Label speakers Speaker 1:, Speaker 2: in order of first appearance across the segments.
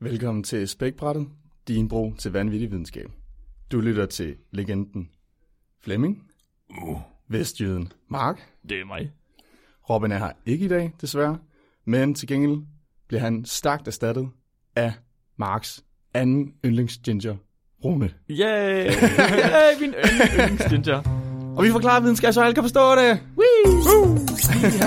Speaker 1: Velkommen til Spækbrættet, din bro til vanvittig videnskab. Du lytter til legenden Flemming,
Speaker 2: Uh,
Speaker 1: Vestjyden Mark.
Speaker 2: det er mig.
Speaker 1: Robin er her ikke i dag, desværre, men til gengæld bliver han stærkt erstattet af Marks anden yndlingsginger, Rune.
Speaker 2: Yay! Yay, min yndlings ginger.
Speaker 1: Og vi forklarer videnskab, så alle kan forstå det! Woo!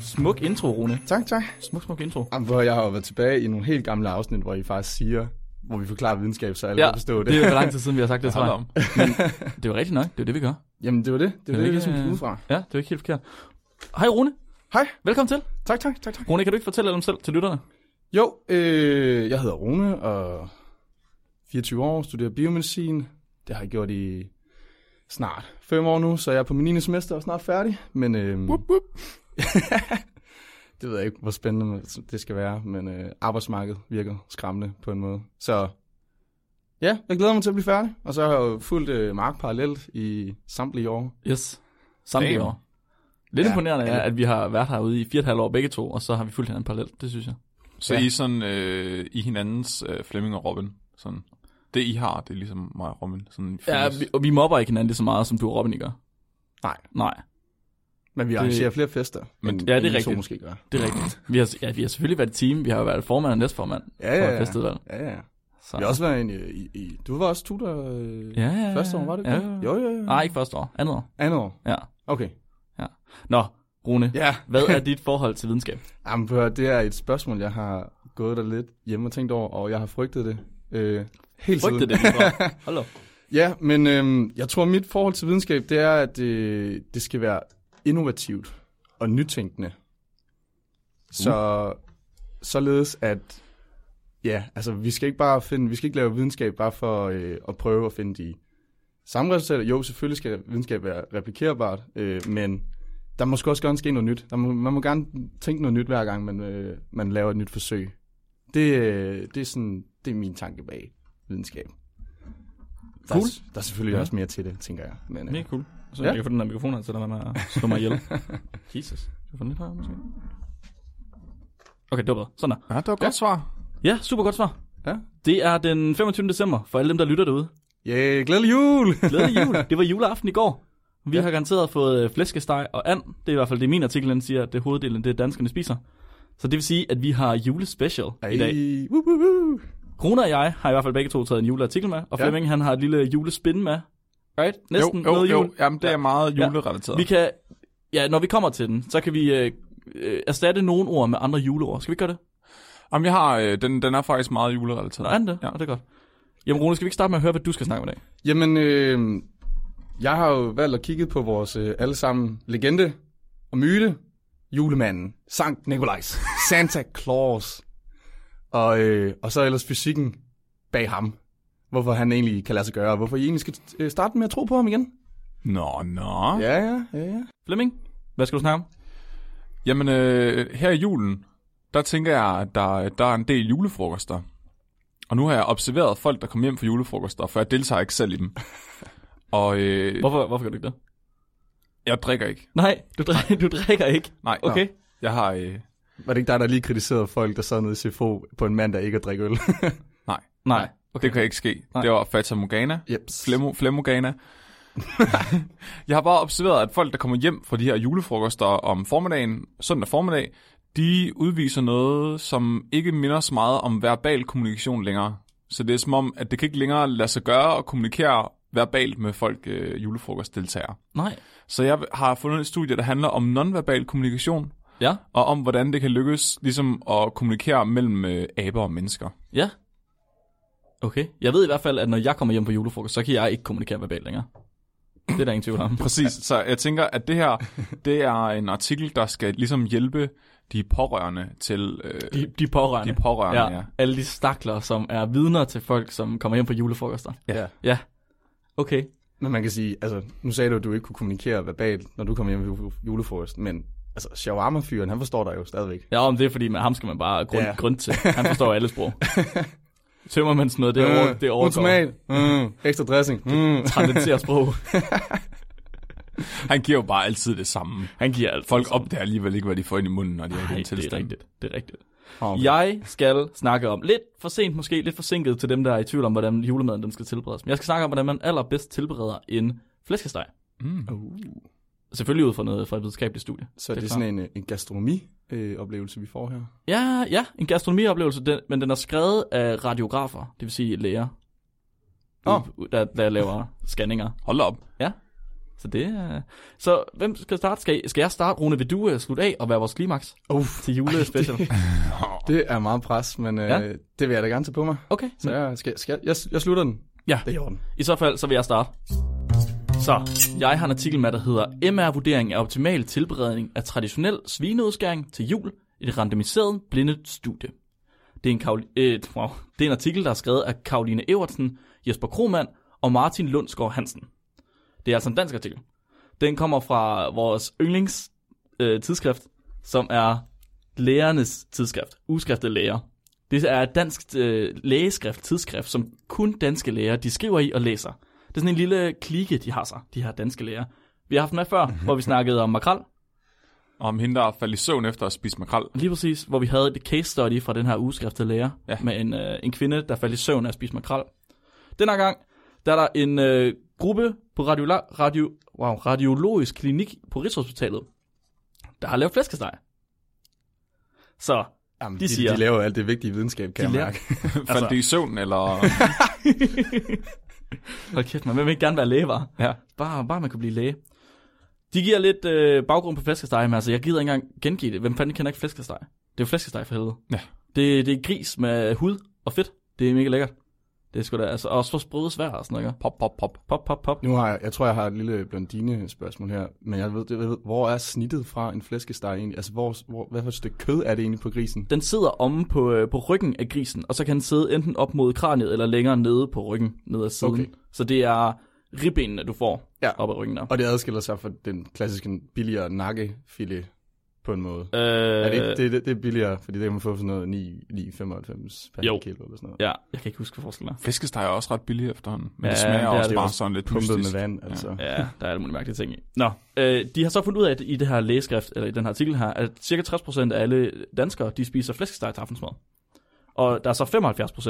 Speaker 2: Smuk intro, Rune.
Speaker 1: Tak, tak.
Speaker 2: Smuk, smuk intro.
Speaker 1: Jamen, Hvor jeg har jo været tilbage i nogle helt gamle afsnit, hvor I faktisk siger, hvor vi forklarer videnskab, så alle kan forstå det.
Speaker 2: det er jo lang tid siden, vi har sagt det, tror jeg. Men det er jo rigtigt nok. Det er jo det, vi gør.
Speaker 1: Jamen, det var det. Det var det,
Speaker 2: Er det
Speaker 1: jeg
Speaker 2: ikke,
Speaker 1: skulle
Speaker 2: øh,
Speaker 1: ud fra.
Speaker 2: Ja, det er jo ikke helt forkert. Hej, Rune.
Speaker 1: Hej.
Speaker 2: Velkommen til.
Speaker 1: Tak, tak, tak, tak.
Speaker 2: Rune, kan du ikke fortælle dig om selv til lytterne?
Speaker 1: Jo, øh, jeg hedder Rune og 24 år, studerer biomedicin. Det har jeg gjort i snart 5 år nu, så jeg er på min 9. semester og snart færdig. Men øh,
Speaker 2: Wup, wup.
Speaker 1: det ved jeg ikke, hvor spændende det skal være, men øh, arbejdsmarkedet virker skræmmende på en måde. Så ja, jeg glæder mig til at blive færdig, og så har jeg jo fulgt øh, Mark parallelt i samtlige år.
Speaker 2: Yes. Samme
Speaker 1: Damn.
Speaker 2: år. Lidt
Speaker 1: Ja,
Speaker 2: ja, imponerende er,
Speaker 1: ja.
Speaker 2: at vi har været herude i 4,5 år begge to, og så har vi fulgt hinanden parallelt, det synes jeg.
Speaker 3: Så
Speaker 1: Ja.
Speaker 3: ja. I er sådan øh, i hinandens øh, Flemming og Robin. Sådan. Det I har, det er ligesom mig og Robin. Sådan,
Speaker 2: Ja,
Speaker 3: fælles.
Speaker 2: vi, og vi mobber ikke hinanden lige så meget, som du og Robin I gør.
Speaker 1: Nej,
Speaker 2: Nej,
Speaker 1: men vi arrangerer flere fester,
Speaker 3: Men-
Speaker 1: end-
Speaker 2: ja, det
Speaker 1: end
Speaker 2: er
Speaker 1: I to
Speaker 2: rigtigt.
Speaker 1: måske gør.
Speaker 2: det er rigtigt. Vi har, ja, vi har selvfølgelig været et team. Vi har jo været formand og næstformand
Speaker 1: Ja,
Speaker 2: for
Speaker 1: ja,
Speaker 2: et
Speaker 1: ja.
Speaker 2: festival.
Speaker 1: ja, ja.
Speaker 2: Så.
Speaker 1: Vi har også været en, øh, i, i, du var også tutor øh,
Speaker 2: Ja, ja, ja.
Speaker 1: første år, var det ikke
Speaker 2: Ja,
Speaker 1: det?
Speaker 2: ja, ja.
Speaker 1: Jo, jo, jo.
Speaker 2: Nej, Ah, ikke første år. Andet år.
Speaker 1: Andet år.
Speaker 2: Ja.
Speaker 1: Okay.
Speaker 2: Nå, Rune, ja.
Speaker 1: Ja.
Speaker 2: hvad er dit forhold til videnskab?
Speaker 1: Jamen, prøv at høre, det er et spørgsmål, jeg har gået der lidt hjemme og tænkt over, og jeg har frygtet det. Øh, helt
Speaker 2: Frygtede
Speaker 1: siden.
Speaker 2: det, Nicolaj. Hold op.
Speaker 1: Ja, men øhm, jeg tror, mit forhold til videnskab, det er, at øh, det skal være innovativt og nytænkende. Så
Speaker 2: Mm.
Speaker 1: således at, ja, altså vi skal ikke bare finde, vi skal ikke lave videnskab bare for øh, at prøve at finde de samme resultater. Jo, selvfølgelig skal videnskab være replikerbart, øh, men der må sgu også gerne ske noget nyt. Der må, man må gerne tænke noget nyt hver gang, man, øh, man laver et nyt forsøg. Det, øh, det er sådan, det er min tanke bag videnskab. Der
Speaker 2: Cool.
Speaker 1: er, der er selvfølgelig
Speaker 2: Ja.
Speaker 1: ja. også mere til det, tænker jeg. Men, øh,
Speaker 2: Mega cool. Så
Speaker 1: Ja.
Speaker 2: ja. jeg kan få den der mikrofon her, så der med at slå mig ihjel. Jesus. Kan jeg få den lidt højere, måske? Okay, det var bedre. Sådan der.
Speaker 3: ja, det var et godt svar.
Speaker 2: Ja, super godt svar.
Speaker 1: Ja.
Speaker 2: Det er den 25. december, for alle dem, der lytter derude.
Speaker 1: yeah, glædelig jul!
Speaker 2: Glædelig jul. Det var juleaften i går. Vi
Speaker 1: Ja.
Speaker 2: ja. har garanteret fået øh, flæskesteg og and. Det er i hvert fald det, min artikel den siger, at det er hoveddelen, det danskerne spiser. Så det vil sige, at vi har julespecial i dag.
Speaker 1: Ej, woo, woo, woo.
Speaker 2: Rune og jeg har i hvert fald begge to taget en juleartikel med, og
Speaker 1: Ja.
Speaker 2: Flemming han har et lille julespin med. Right? Næsten
Speaker 3: jo, jo,
Speaker 2: noget jul.
Speaker 3: jo. Jamen, det er meget julerelateret.
Speaker 2: Vi kan, ja, når vi kommer til den, så kan vi øh, øh, erstatte nogle ord med andre juleord. Skal vi gøre det?
Speaker 3: Jamen, jeg har, øh, den, den er faktisk meget julerelateret.
Speaker 2: Der er den det? Ja.
Speaker 3: Ja.
Speaker 2: det er godt. Jamen Rune, skal vi ikke starte med at høre, hvad du skal snakke om i dag?
Speaker 1: Jamen, øh, jeg har jo valgt at kigge på vores øh, allesammen legende og myte, julemanden, Sankt Nikolajs, Santa Claus, og, øh, og så ellers fysikken bag ham. Hvorfor han egentlig kan lade sig gøre, og hvorfor I egentlig skal øh, starte med at tro på ham igen.
Speaker 3: Nå, nå. Ja.
Speaker 1: Ja, ja, ja, ja.
Speaker 2: Flemming, hvad skal du snakke om?
Speaker 3: Jamen, øh, her i julen, der tænker jeg, at der, der er en del julefrokoster. Og nu har jeg observeret folk, der kommer hjem fra julefrokoster, for jeg deltager ikke selv i dem. Og øh,
Speaker 2: Hvorfor, hvorfor gør du ikke det?
Speaker 3: jeg drikker ikke.
Speaker 2: Nej, du, drik, du drikker ikke.
Speaker 3: Nej,
Speaker 2: Okay.
Speaker 3: Nå. jeg har... Øh,
Speaker 1: Var det ikke dig, der lige kritiserede folk, der sad nede i CFO på en mand, der ikke at drikke øl?
Speaker 3: nej,
Speaker 2: Nej.
Speaker 3: okay. det kan ikke ske.
Speaker 2: Nej.
Speaker 3: Nej. Det var Fata Morgana.
Speaker 1: Jeps.
Speaker 3: Flemo, Flemogana. jeg har bare observeret, at folk, der kommer hjem fra de her julefrokoster om formiddagen, søndag formiddag, de udviser noget, som ikke minder så meget om verbal kommunikation længere. Så det er som om, at det kan ikke længere lade sig gøre at kommunikere verbalt med folk øh, julefrokostdeltagere.
Speaker 2: Nej.
Speaker 3: Så jeg har fundet et studie, der handler om nonverbal kommunikation,
Speaker 2: Ja,
Speaker 3: og om hvordan det kan lykkes ligesom at kommunikere mellem øh, aber og mennesker.
Speaker 2: ja. Okay. Jeg ved i hvert fald, at når jeg kommer hjem på julefrokost, så kan jeg ikke kommunikere verbalt længere. Det er der ingen tvivl om.
Speaker 3: Præcis, så jeg tænker, at det her, det er en artikel, der skal ligesom hjælpe de pårørende til... Øh,
Speaker 2: De, de pårørende.
Speaker 3: De pårørende, ja.
Speaker 2: Alle de stakler, som er vidner til folk, som kommer hjem på julefrokoster.
Speaker 1: Ja.
Speaker 2: Ja. Okay.
Speaker 1: Men man kan sige, altså, nu sagde du, at du ikke kunne kommunikere verbalt, når du kom hjem ved julefrokosten, men Altså, shawarma-fyren, han forstår dig jo stadigvæk.
Speaker 2: Ja, om det er fordi, man, ham skal man bare grund,
Speaker 1: Ja.
Speaker 2: yeah. grund til. Han forstår alle sprog. Tømmermandsmad, det er over, det
Speaker 1: Uden
Speaker 2: er overgår.
Speaker 1: tomat, Øh, mm, ekstra dressing. Mm.
Speaker 2: Transcenderer sprog.
Speaker 3: Han giver jo bare altid det samme.
Speaker 2: Han giver alt.
Speaker 3: Folk opdager alligevel ikke, hvad de får ind i munden, når de er i den
Speaker 2: Nej, det er
Speaker 3: tilstand.
Speaker 2: rigtigt. Det er rigtigt.
Speaker 1: Okay.
Speaker 2: Okay. Jeg skal snakke om, lidt for sent måske, lidt forsinket til dem, der er i tvivl om, hvordan julemaden den skal tilberedes. Men jeg skal snakke om, hvordan man allerbedst tilbereder en flæskesteg.
Speaker 3: Mm.
Speaker 2: Selvfølgelig ud fra noget fra et videnskabeligt studie.
Speaker 1: Uh, Så
Speaker 2: Det er
Speaker 1: det, det er sådan en, en gastronomi-oplevelse, vi får her.
Speaker 2: Ja, ja, en gastronomioplevelse, den, men den er skrevet af radiografer, det vil sige læger,
Speaker 1: Nå.
Speaker 2: oh. der, der laver scanninger.
Speaker 3: Hold da op.
Speaker 2: Så det er... Så hvem skal starte? Skal, skal jeg starte? Rune, vil du øh, slutte af og være vores klimaks
Speaker 1: Uff,
Speaker 2: til julespecial?
Speaker 1: det er meget pres, men øh,
Speaker 2: Ja.
Speaker 1: det vil jeg da gerne tage på mig.
Speaker 2: Okay,
Speaker 1: Så jeg, skal, skal, jeg, jeg slutter den.
Speaker 2: Ja.
Speaker 1: Det er i orden.
Speaker 2: I så fald, så vil jeg starte. Så, jeg har en artikel med, der hedder MR-vurdering af optimal tilberedning af traditionel svineudskæring til jul i det randomiserede blindet studie. Det er en, Karoli- øh, wow. det er en artikel, der er skrevet af Karoline Evertsen, Jesper Kromand og Martin Lundsgaard Hansen. Det er altså en dansk artikel. Den kommer fra vores yndlings øh, tidsskrift, som er lægernes tidsskrift, uskriftet læger. Det er et dansk øh, lægeskrift, tidsskrift, som kun danske læger, de skriver i og læser. Det er sådan en lille klike, de har sig, de her danske læger. Vi har haft dem med før, hvor vi snakkede om makrel,
Speaker 3: Om hende, der faldt i søvn efter at spise makrel.
Speaker 2: lige præcis, hvor vi havde et case study fra den her ugeskrift til læger, ja.
Speaker 3: Ja.
Speaker 2: med en, øh, en kvinde, der faldt i søvn af at spise makrel. Den her gang, der er der en øh, gruppe på radiola- radio, wow, radiologisk klinik på Rigshospitalet, der har lavet flæskesteg. Så
Speaker 1: Jamen,
Speaker 2: De siger-
Speaker 1: de laver jo alt det vigtige videnskab, kan
Speaker 2: De
Speaker 1: jeg
Speaker 2: lærer-
Speaker 1: mærke.
Speaker 3: Faldt altså. det i søvn, eller...
Speaker 2: Hold kæft, man. Hvem vil ikke gerne være læge, var?
Speaker 3: Ja.
Speaker 2: Bare, bare man kunne blive læge. De giver lidt øh, baggrund på flæskesteg, men altså, jeg gider ikke engang gengive det. Hvem fanden kender ikke flæskesteg? Det er jo flæskesteg for helvede.
Speaker 3: Ja.
Speaker 2: Det, det er gris med hud og fedt. Det er mega lækkert. Det er sgu da, altså, også for sprøde svær og sådan noget. ikke?
Speaker 3: Pop, pop, pop.
Speaker 2: Pop, pop, pop.
Speaker 1: Nu har jeg, jeg tror, jeg har et lille blondine-spørgsmål her, men jeg ved, jeg ved, hvor er snittet fra en flæskesteg egentlig? Altså, hvor, hvor, hvad for et stykke kød er det egentlig på grisen?
Speaker 2: Den sidder omme på, øh, på ryggen af grisen, og så kan den sidde enten op mod kraniet eller længere nede på ryggen, ned ad siden.
Speaker 1: Okay.
Speaker 2: Så det er ribbenene, du får
Speaker 1: Ja.
Speaker 2: op ad ryggen der.
Speaker 1: Og det adskiller sig fra den klassiske billigere nakkefilet på en måde.
Speaker 2: Øh,
Speaker 1: Øh, er det, ikke, det, det, det er billigere, fordi det kan man få for sådan noget 9, 9,95 per
Speaker 2: Jo.
Speaker 1: kilo eller sådan noget.
Speaker 2: Ja, jeg kan ikke huske, hvad forskellen er.
Speaker 3: Fiskesteg er også ret billig efterhånden. Men
Speaker 2: Ja,
Speaker 3: ja, det smager
Speaker 2: det er
Speaker 3: også
Speaker 2: det.
Speaker 3: bare sådan lidt
Speaker 1: Pumpet
Speaker 3: mystisk.
Speaker 1: med vand, altså. Ja.
Speaker 2: Ja, der er alle mulige mærkelige ting i. Nå, øh, de har så fundet ud af at i det her lægeskrift, eller i den her artikel her, at cirka 60% af alle danskere, de spiser flæskesteg til aftensmad. Og der er så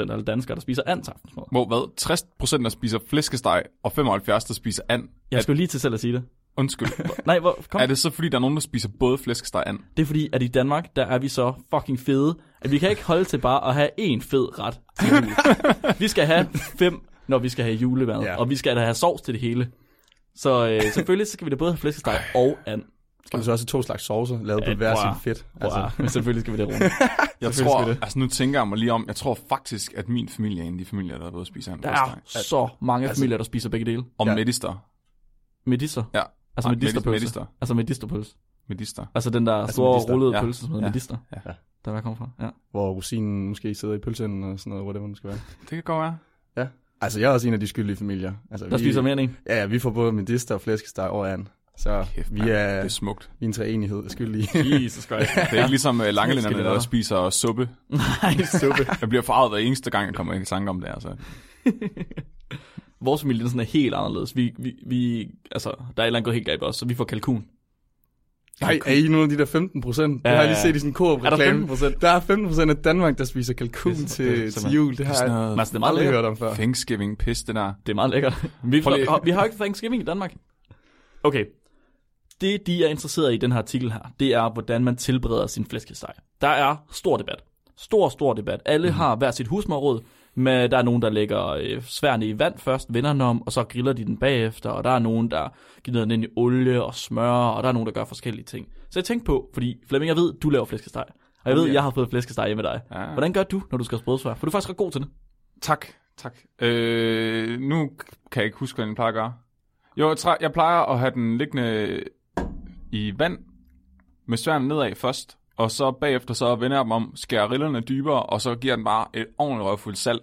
Speaker 2: 75% af alle danskere, der spiser and til aftensmad.
Speaker 3: Hvor hvad? 60 der spiser flæskesteg, og 75 der spiser and.
Speaker 2: Jeg skulle lige til selv at sige det.
Speaker 3: Undskyld.
Speaker 2: Nej, hvor, kom.
Speaker 3: er det så, fordi der er nogen, der spiser både flæskesteg og and?
Speaker 2: Det er fordi, at i Danmark, der er vi så fucking fede, at vi kan ikke holde til bare at have én fed ret til jul. vi skal have fem, når vi skal have julemad,
Speaker 1: Ja.
Speaker 2: og vi skal da have sovs til det hele. Så øh, selvfølgelig så skal vi da både have flæskesteg og and.
Speaker 1: Skal vi så også have to slags saucer, lavet på
Speaker 2: Øh,
Speaker 1: hver
Speaker 2: bror.
Speaker 1: sin fedt?
Speaker 2: Altså.
Speaker 1: Altså,
Speaker 2: men selvfølgelig skal vi det rundt.
Speaker 3: Jeg
Speaker 1: Selvfølgelig
Speaker 3: tror,
Speaker 1: skal det.
Speaker 3: altså nu tænker jeg mig lige om, jeg tror faktisk, at min familie er en af de familier, der både spiser and og
Speaker 2: Der er
Speaker 3: flæskesteg.
Speaker 2: så mange altså, familier, der spiser begge dele.
Speaker 3: Og
Speaker 1: Ja.
Speaker 3: medister.
Speaker 2: Medister.
Speaker 3: Ja.
Speaker 2: Altså
Speaker 3: Nej,
Speaker 2: medisterpølse.
Speaker 3: medister.
Speaker 2: Altså medisterpølse.
Speaker 3: Medister.
Speaker 2: Altså den der store
Speaker 1: medister,
Speaker 2: rullede
Speaker 3: ja.
Speaker 2: pølse, som hedder
Speaker 3: Ja.
Speaker 2: medister.
Speaker 3: Ja.
Speaker 2: Der er, hvor jeg kommer fra. Ja.
Speaker 1: hvor rosinen måske sidder i pølsen og sådan noget, hvor det måske skal være.
Speaker 3: Det kan godt være.
Speaker 1: Ja. Altså, jeg er også en af de skyldige familier. Altså,
Speaker 2: Der spiser mere end en.
Speaker 1: Ja, ja, vi får både medister og flæskesteg over an. Så
Speaker 3: Kæft,
Speaker 1: vi
Speaker 3: mand.
Speaker 1: er,
Speaker 3: Det er smukt.
Speaker 1: vi er en træenighed skyldige.
Speaker 2: Jesus Christ.
Speaker 3: Det er ikke ligesom øh, langelænderne,
Speaker 2: det
Speaker 3: der
Speaker 2: være.
Speaker 3: spiser suppe.
Speaker 2: Nej, suppe.
Speaker 3: Jeg bliver forarvet hver eneste gang, jeg kommer i tanke om det. Altså.
Speaker 2: Vores familie den sådan er helt anderledes. Vi, vi, vi, altså, der er et eller andet gået helt galt også, så vi får kalkun.
Speaker 1: Nej, er I nogle af de der 15 procent? Det har jeg lige
Speaker 2: Ja.
Speaker 1: set i sådan en koop
Speaker 2: Er der 15%?
Speaker 1: Der er 15 procent af Danmark, der spiser kalkun
Speaker 2: Det er så- det er
Speaker 1: til,
Speaker 2: så
Speaker 1: til
Speaker 2: meget.
Speaker 1: jul. Det har
Speaker 3: Sådan
Speaker 1: jeg
Speaker 3: noget
Speaker 2: Men altså, det er meget
Speaker 1: aldrig
Speaker 2: lækkert.
Speaker 1: hørt om før.
Speaker 3: Thanksgiving pis, det der.
Speaker 2: Det er meget lækkert. Vi,
Speaker 3: Prøv lige-
Speaker 2: får, vi har jo ikke Thanksgiving i Danmark. Okay. Det, de er interesseret i i den her artikel her, det er, hvordan man tilbereder sin flæskesteg. Der er stor debat. Stor, stor debat. Alle mm. har hver sit husmorråd, men der er nogen, der lægger øh, sværne i vand først, vender den om, og så griller de den bagefter, og der er nogen, der gider den ind i olie og smør, og der er nogen, der gør forskellige ting. Så jeg tænkte på, fordi Flemming, jeg ved, du laver flæskesteg. Og jeg ved, jeg har fået flæskesteg hjemme med dig.
Speaker 3: Ja.
Speaker 2: Hvordan gør du, når du skal have sprødsvær? For du er faktisk ret god til det.
Speaker 3: Tak, tak. Øh, nu kan jeg ikke huske, hvad den plejer at gøre. Jo, jeg, træ, jeg plejer at have den liggende i vand med sværen nedad først, og så bagefter så vender jeg dem om, skærer rillerne dybere, og så giver jeg den bare et ordentligt røvfuldt salt.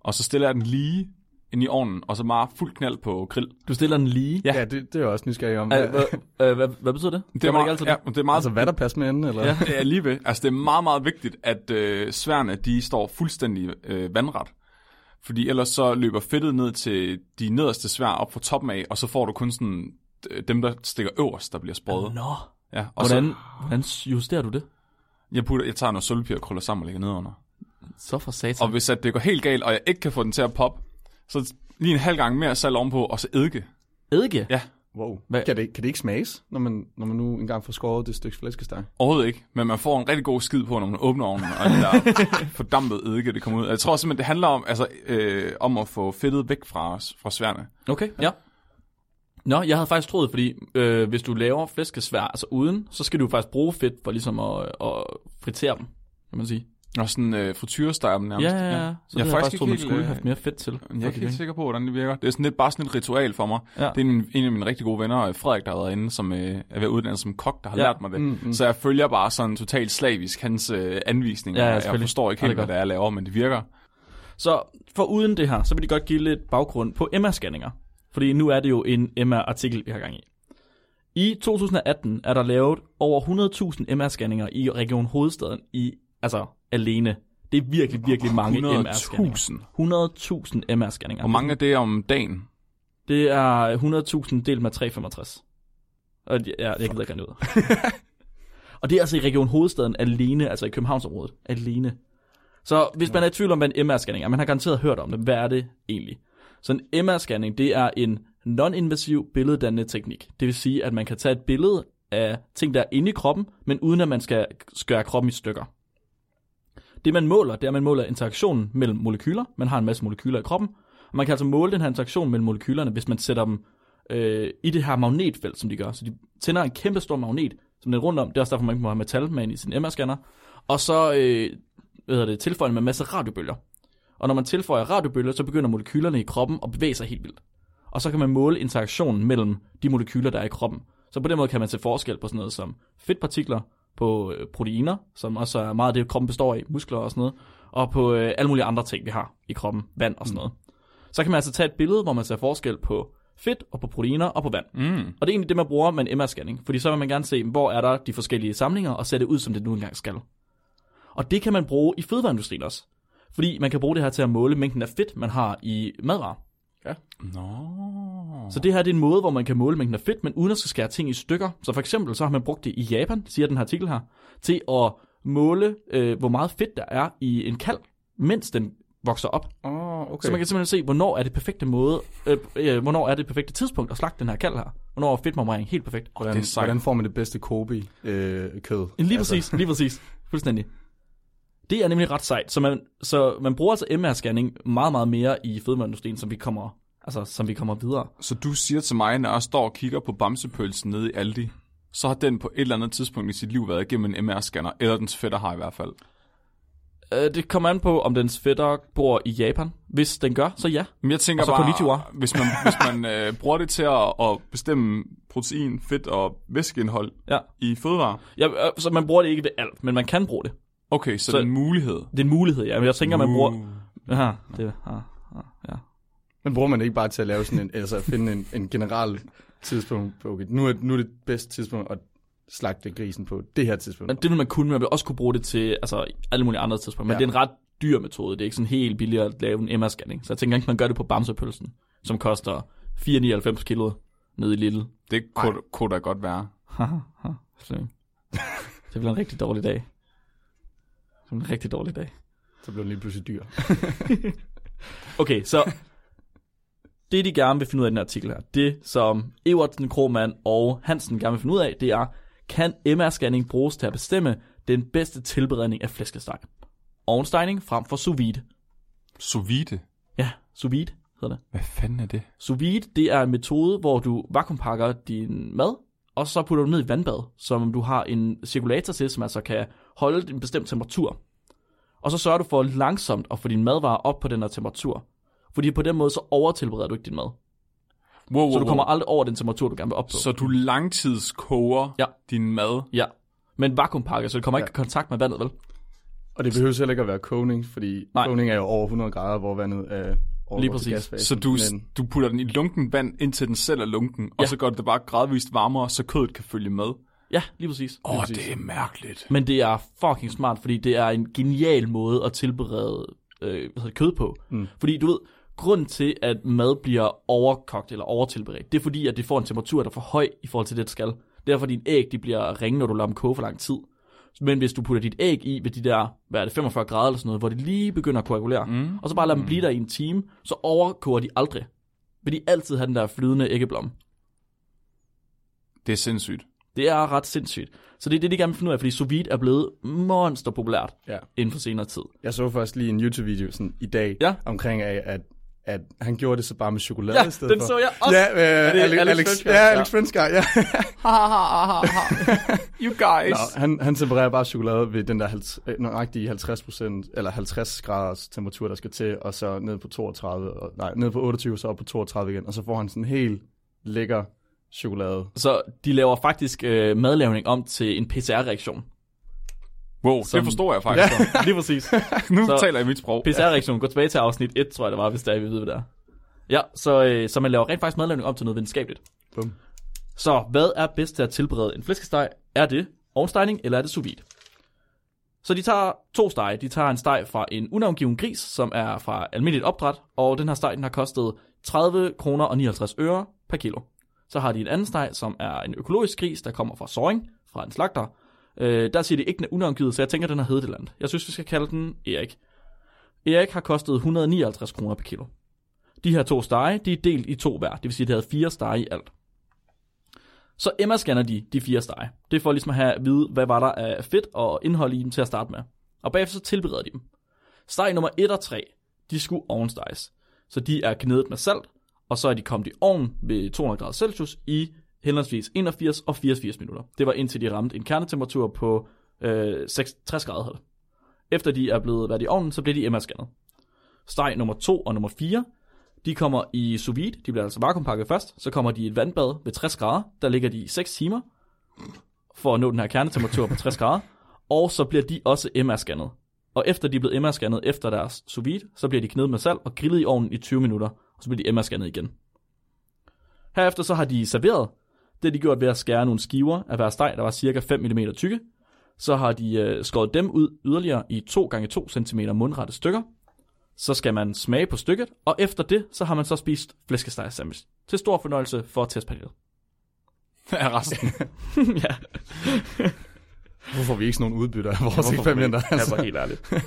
Speaker 3: Og så stiller jeg den lige ind i ovnen, og så meget fuld knald på grill.
Speaker 2: Du stiller den lige.
Speaker 1: Ja, det, det er jeg også nysgerrig om.
Speaker 2: Øh, Hvad, øh, hvad, hvad betyder det?
Speaker 3: Det er,
Speaker 2: man ikke
Speaker 3: meget,
Speaker 2: altid
Speaker 3: ja,
Speaker 2: det?
Speaker 3: men det er meget
Speaker 1: altså, hvad er der passer med enden, eller?
Speaker 2: Ja.
Speaker 3: Ja, lige ved. Altså, det er meget, meget vigtigt, at øh, sværene, de står fuldstændig øh, vandret. Fordi ellers så løber fedtet ned til de nederste svær op på toppen af, og så får du kun sådan øh, dem, der stikker øverst, der bliver sprøget.
Speaker 2: Nå.
Speaker 3: Ja, og
Speaker 2: Mhm. Hvordan,
Speaker 3: så
Speaker 2: hvordan justerer du det?
Speaker 3: jeg, putter, jeg tager noget sølvpapir og krøller sammen og lægger nedenunder.
Speaker 2: Så for satan.
Speaker 3: Og hvis at det går helt galt, og jeg ikke kan få den til at poppe, så lige en halv gang mere salt ovenpå, og så eddike.
Speaker 2: Eddike?
Speaker 3: Ja,
Speaker 1: Wow.
Speaker 2: Hvad-
Speaker 1: Kan det, kan det ikke smages, når man, når man nu engang får skåret det stykke flæskesteg?
Speaker 3: overhovedet ikke. Men man får en rigtig god skid på, når man åbner ovnen, og den der fordampede eddike, det kommer ud. Jeg tror simpelthen, det handler om, altså, øh, om at få fedtet væk fra, os- fra sværene.
Speaker 2: Okay, ja. Nå, jeg havde faktisk troet, fordi øh, hvis du laver flæskesvær, altså uden, så skal du faktisk bruge fedt for ligesom at, at fritere dem, kan man sige.
Speaker 3: Og sådan øh, frityresteg dem nærmest.
Speaker 2: Ja, ja, ja. Så
Speaker 3: Jeg
Speaker 2: jeg
Speaker 3: er
Speaker 2: det
Speaker 3: faktisk
Speaker 2: faktisk, faktisk troet, man
Speaker 3: ikke helt,
Speaker 2: skulle
Speaker 3: øh,
Speaker 2: have haft mere fedt til.
Speaker 3: Jeg er ikke helt
Speaker 2: Okay.
Speaker 3: sikker på, hvordan det virker. Det er sådan lidt, bare sådan et ritual for mig.
Speaker 2: Ja.
Speaker 3: Ja. Det er en, en af mine rigtig gode venner, øh, Frederik, der har været inde, som øh, er ved at uddanne som kok, der har
Speaker 2: Ja.
Speaker 3: ja. lært mig det. Mm, mm. Så jeg følger bare sådan totalt slavisk hans øh, anvisninger.
Speaker 2: Ja, ja,
Speaker 3: Ja, jeg
Speaker 2: selvfølgelig.
Speaker 3: forstår ikke
Speaker 2: Ja, det
Speaker 3: helt,
Speaker 2: er
Speaker 3: hvad det er, jeg laver, men det virker.
Speaker 2: Så for uden det her, så vil de godt give lidt baggrund på Emma-scanninger. Fordi nu er det jo en Emma-artikel, vi har gang i. I 2018 er der lavet over 100.000 MR-scanninger i Region Hovedstaden i, altså alene. Det er virkelig, virkelig mange MR-scanninger.
Speaker 3: 100.000.
Speaker 2: 100.000 MR-scanninger.
Speaker 3: Hvor mange er det om dagen?
Speaker 2: Det er 100.000 delt med 365. Og jeg, jeg, jeg gider ikke regne det ud. og det er altså i Region Hovedstaden alene, altså i Københavnsområdet. Alene. Så hvis man er i tvivl om, hvad en MR-scanning er, man har garanteret hørt om det, hvad er det egentlig? Så en MR-scanning, det er en non-invasiv billeddannende teknik. Det vil sige, at man kan tage et billede af ting, der er inde i kroppen, men uden at man skal skære kroppen i stykker. Det man måler, det er, at man måler interaktionen mellem molekyler. Man har en masse molekyler i kroppen. Og man kan altså måle den her interaktion mellem molekylerne, hvis man sætter dem øh, i det her magnetfelt, som de gør. Så de tænder en kæmpe stor magnet, som den er rundt om. Det er også derfor, man ikke må have metal med ind i sin MR-scanner. Og så øh, hvad hedder det, tilføjer man en masse radiobølger. Og når man tilføjer radiobølger, så begynder molekylerne i kroppen at bevæge sig helt vildt. Og så kan man måle interaktionen mellem de molekyler, der er i kroppen. Så på den måde kan man se forskel på sådan noget som fedtpartikler, på øh, proteiner, som også er meget af det, kroppen består af, muskler og sådan noget, og på øh, alle mulige andre ting, vi har i kroppen, vand og sådan noget. Så kan man altså tage et billede, hvor man ser forskel på fedt og på proteiner og på vand.
Speaker 3: Mm.
Speaker 2: Og det er egentlig det, man bruger med en MR-scanning, fordi så vil man gerne se, hvor er der de forskellige samlinger, og sætte det ud, som det nu engang skal. Og det kan man bruge i fødevareindustrien også. Fordi man kan bruge det her til at måle mængden af fedt, man har i madvarer.
Speaker 3: Nå.
Speaker 2: Så det her det er en måde, hvor man kan måle mængden af fedt, men uden at skal skære ting i stykker. Så for eksempel så har man brugt det i Japan, siger den her artikel her, til at måle, øh, hvor meget fedt der er i en kalv, mens den vokser op. Okay.
Speaker 1: Åh, oh, okay.
Speaker 2: Så man kan simpelthen se, hvornår er det perfekte måde, øh, øh, hvornår er det perfekte tidspunkt at slagte den her kalv her. Hvornår er fedtmarmorering helt perfekt.
Speaker 1: hvordan,
Speaker 3: Det er sejt. Altså.
Speaker 1: hvordan får man det bedste Kobe-kød? Øh, kød?
Speaker 2: Lige præcis, lige præcis. Fuldstændig. Det er nemlig ret sejt. Så man, så man bruger altså MR-scanning meget, meget mere i fødevareindustrien, som vi kommer, altså, som vi kommer videre.
Speaker 3: Så du siger til mig, når jeg står og kigger på bamsepølsen nede i Aldi, så har den på et eller andet tidspunkt i sit liv været igennem en MR-scanner, eller dens fætter har i hvert fald.
Speaker 2: Øh, det kommer an på, om dens fætter bor i Japan. Hvis den gør, så ja.
Speaker 3: Men jeg tænker
Speaker 2: Og så
Speaker 3: bare,
Speaker 2: konnichiwa.
Speaker 3: hvis man, hvis man øh, bruger det til at, at bestemme protein, fedt og væskeindhold
Speaker 2: Ja.
Speaker 3: i fødevarer,
Speaker 2: ja øh, så man bruger det ikke ved alt, men man kan bruge det.
Speaker 3: okay, så,
Speaker 2: Så-
Speaker 3: så det er en mulighed.
Speaker 2: Det er en mulighed, ja. Men jeg tænker, man bruger...
Speaker 3: Uh.
Speaker 2: Ja, det, ah, ja, ja, ja.
Speaker 1: Men bruger man det ikke bare til at lave sådan en, altså at finde en, en general tidspunkt på, okay, nu er, nu er det bedste tidspunkt at slagte grisen på det her tidspunkt.
Speaker 2: Men det vil man kunne, man vil også kunne bruge det til altså, alle mulige andre tidspunkter. Men
Speaker 1: Ja.
Speaker 2: det er en ret dyr metode. Det er ikke sådan helt billigt at lave en MR-scanning. Så jeg tænker ikke, man gør det på bamsepølsen, som koster 4,99 kilo nede i Lille.
Speaker 3: Det kunne, kunne da godt være.
Speaker 2: Haha, ha, Flemming. det bliver en rigtig dårlig dag. Det bliver en rigtig dårlig dag.
Speaker 1: Så blev den lige pludselig dyr.
Speaker 2: Okay, så det, de gerne vil finde ud af i den her artikel her, det som Evertsen, Krogman og Hansen gerne vil finde ud af, det er, kan MR-scanning bruges til at bestemme den bedste tilberedning af flæskesteg? Ovnstegning frem for sous vide.
Speaker 3: Sous vide.
Speaker 2: Ja, sous vide hedder det.
Speaker 3: Hvad fanden er det?
Speaker 2: Sous vide, det er en metode, hvor du vakuumpakker din mad, og så putter du den ned i vandbad, som du har en cirkulator til, som altså kan holde en bestemt temperatur. Og så sørger du for langsomt at få din madvarer op på den her temperatur. Fordi på den måde, så overtilbereder du ikke din mad.
Speaker 3: Wow, wow,
Speaker 2: Så du kommer
Speaker 3: wow.
Speaker 2: aldrig over den temperatur, du gerne vil op på.
Speaker 3: Så du langtidskoger
Speaker 2: Ja.
Speaker 3: din mad.
Speaker 2: Ja. Men vakuumpakker, så det kommer ikke i kontakt med vandet, vel?
Speaker 1: Og det behøver heller ikke at være kogning, fordi
Speaker 2: Nej.
Speaker 1: kogning er jo over 100 grader, hvor vandet er over
Speaker 2: Lige
Speaker 1: til
Speaker 2: præcis.
Speaker 1: gasfasen,
Speaker 3: Så du,
Speaker 1: men,
Speaker 3: du putter den i lunken vand, indtil den selv er lunken, ja.
Speaker 2: Ja.
Speaker 3: og så gør du det bare gradvist varmere, så kødet kan følge med. Åh,
Speaker 2: Ja, lige præcis.
Speaker 3: oh, det er mærkeligt.
Speaker 2: Men det er fucking smart, fordi det er en genial måde at tilberede øh, hvad hedder det, kød på. Mm. Fordi du ved, grund til, at mad bliver overkogt eller overtilberedt, det er fordi, at det får en temperatur, der er for høj i forhold til det, det skal. Det er fordi, din æg de bliver ringe, når du lader dem koge for lang tid. Men hvis du putter dit æg i ved de der, hvad er det, 45 grader eller sådan noget, hvor det lige begynder at koagulere, mm. og så bare lader dem blive der i en time, så overkoger de aldrig. Vil de altid have den der flydende æggeblom.
Speaker 3: Det er sindssygt.
Speaker 2: Det er ret sindssygt. Så det er det, de gerne vil finde ud af, fordi sous vide er blevet monster populært
Speaker 1: ja.
Speaker 2: inden for senere tid.
Speaker 1: Jeg så først lige en YouTube-video sådan, i dag
Speaker 2: Ja.
Speaker 1: omkring, at, at, at han gjorde det så bare med chokolade
Speaker 2: Ja,
Speaker 1: i stedet
Speaker 2: den
Speaker 1: for.
Speaker 2: så jeg også.
Speaker 1: Ja, øh,
Speaker 2: det
Speaker 1: Alex,
Speaker 2: Alex
Speaker 1: Alex,
Speaker 2: Frenchguy?
Speaker 1: ja,
Speaker 2: Ja.
Speaker 1: Alex Frenchguy, ja.
Speaker 3: You guys!
Speaker 1: Nå, han, han tempererer bare chokolade ved den der 50, øh, nøjagtige 50 eller 50 graders temperatur, der skal til, og så ned på 32, og, nej, ned på 28, så op på 32 igen, og så får han sådan en helt lækker chokolade.
Speaker 2: Så de laver faktisk øh, madlavning om til en PCR-reaktion.
Speaker 3: Wow,
Speaker 2: Som-
Speaker 3: det forstår jeg faktisk. Ja.
Speaker 2: Lige præcis.
Speaker 3: nu
Speaker 2: Så-
Speaker 3: taler jeg mit sprog.
Speaker 2: PCR-reaktion. Gå tilbage til afsnit 1, tror jeg, det var, hvis der er, vi ved, hvad det er. Ja, så, øh, så man laver rent faktisk madlavning om til noget videnskabeligt.
Speaker 1: Bum.
Speaker 2: Så hvad er bedst til at tilberede en flæskesteg? Er det ovnstegning, eller er det sous vide? Så de tager to stege. De tager en steg fra en unavngiven gris, som er fra almindeligt opdræt, og den her steg den har kostet 30 kroner og 59 øre per kilo. Så har de en anden steg, som er en økologisk gris, der kommer fra Soring, fra en slagter. Øh, der siger de ikke, den er unavngivet, så jeg tænker, den har heddet et eller andet. Jeg synes, vi skal kalde den Erik. Erik har kostet 159 kroner per kilo. De her to stege, de er delt i to hver, det vil sige, at det havde fire stege i alt. Så Emma scanner de, de fire stege. Det er for ligesom at have at vide, hvad var der af fedt og indhold i dem til at starte med. Og bagefter så tilbereder de dem. Steg nummer 1 og 3, de skulle ovnsteges. Så de er knedet med salt, og så er de kommet i ovn ved 200 grader Celsius i henholdsvis 81 og 84 minutter. Det var indtil de ramte en kernetemperatur på øh, 60 grader. hedder det. Efter de er blevet været i ovnen, så bliver de Emma-scannet. Steg nummer 2 og nummer 4, de kommer i sous vide, de bliver altså vakuumpakket først, så kommer de i et vandbad ved 60 grader, der ligger de i 6 timer, for at nå den her kernetemperatur på 60 grader, og så bliver de også MR-scannet. Og efter de er blevet MR-scannet efter deres sous vide, så bliver de knedet med salt og grillet i ovnen i 20 minutter, og så bliver de MR-scannet igen. Herefter så har de serveret, det har de gjort ved at skære nogle skiver af hver steg, der var cirka 5 mm tykke, så har de øh, skåret dem ud yderligere i 2 x 2 cm mundrette stykker, så skal man smage på stykket, og efter det, så har man så spist flæskesteg sandwich. Til stor fornøjelse for testpanelet.
Speaker 3: Er resten.
Speaker 2: ja,
Speaker 1: Hvorfor vi ikke sådan nogle udbytter af vores eksperimenter?
Speaker 2: altså. helt ærligt.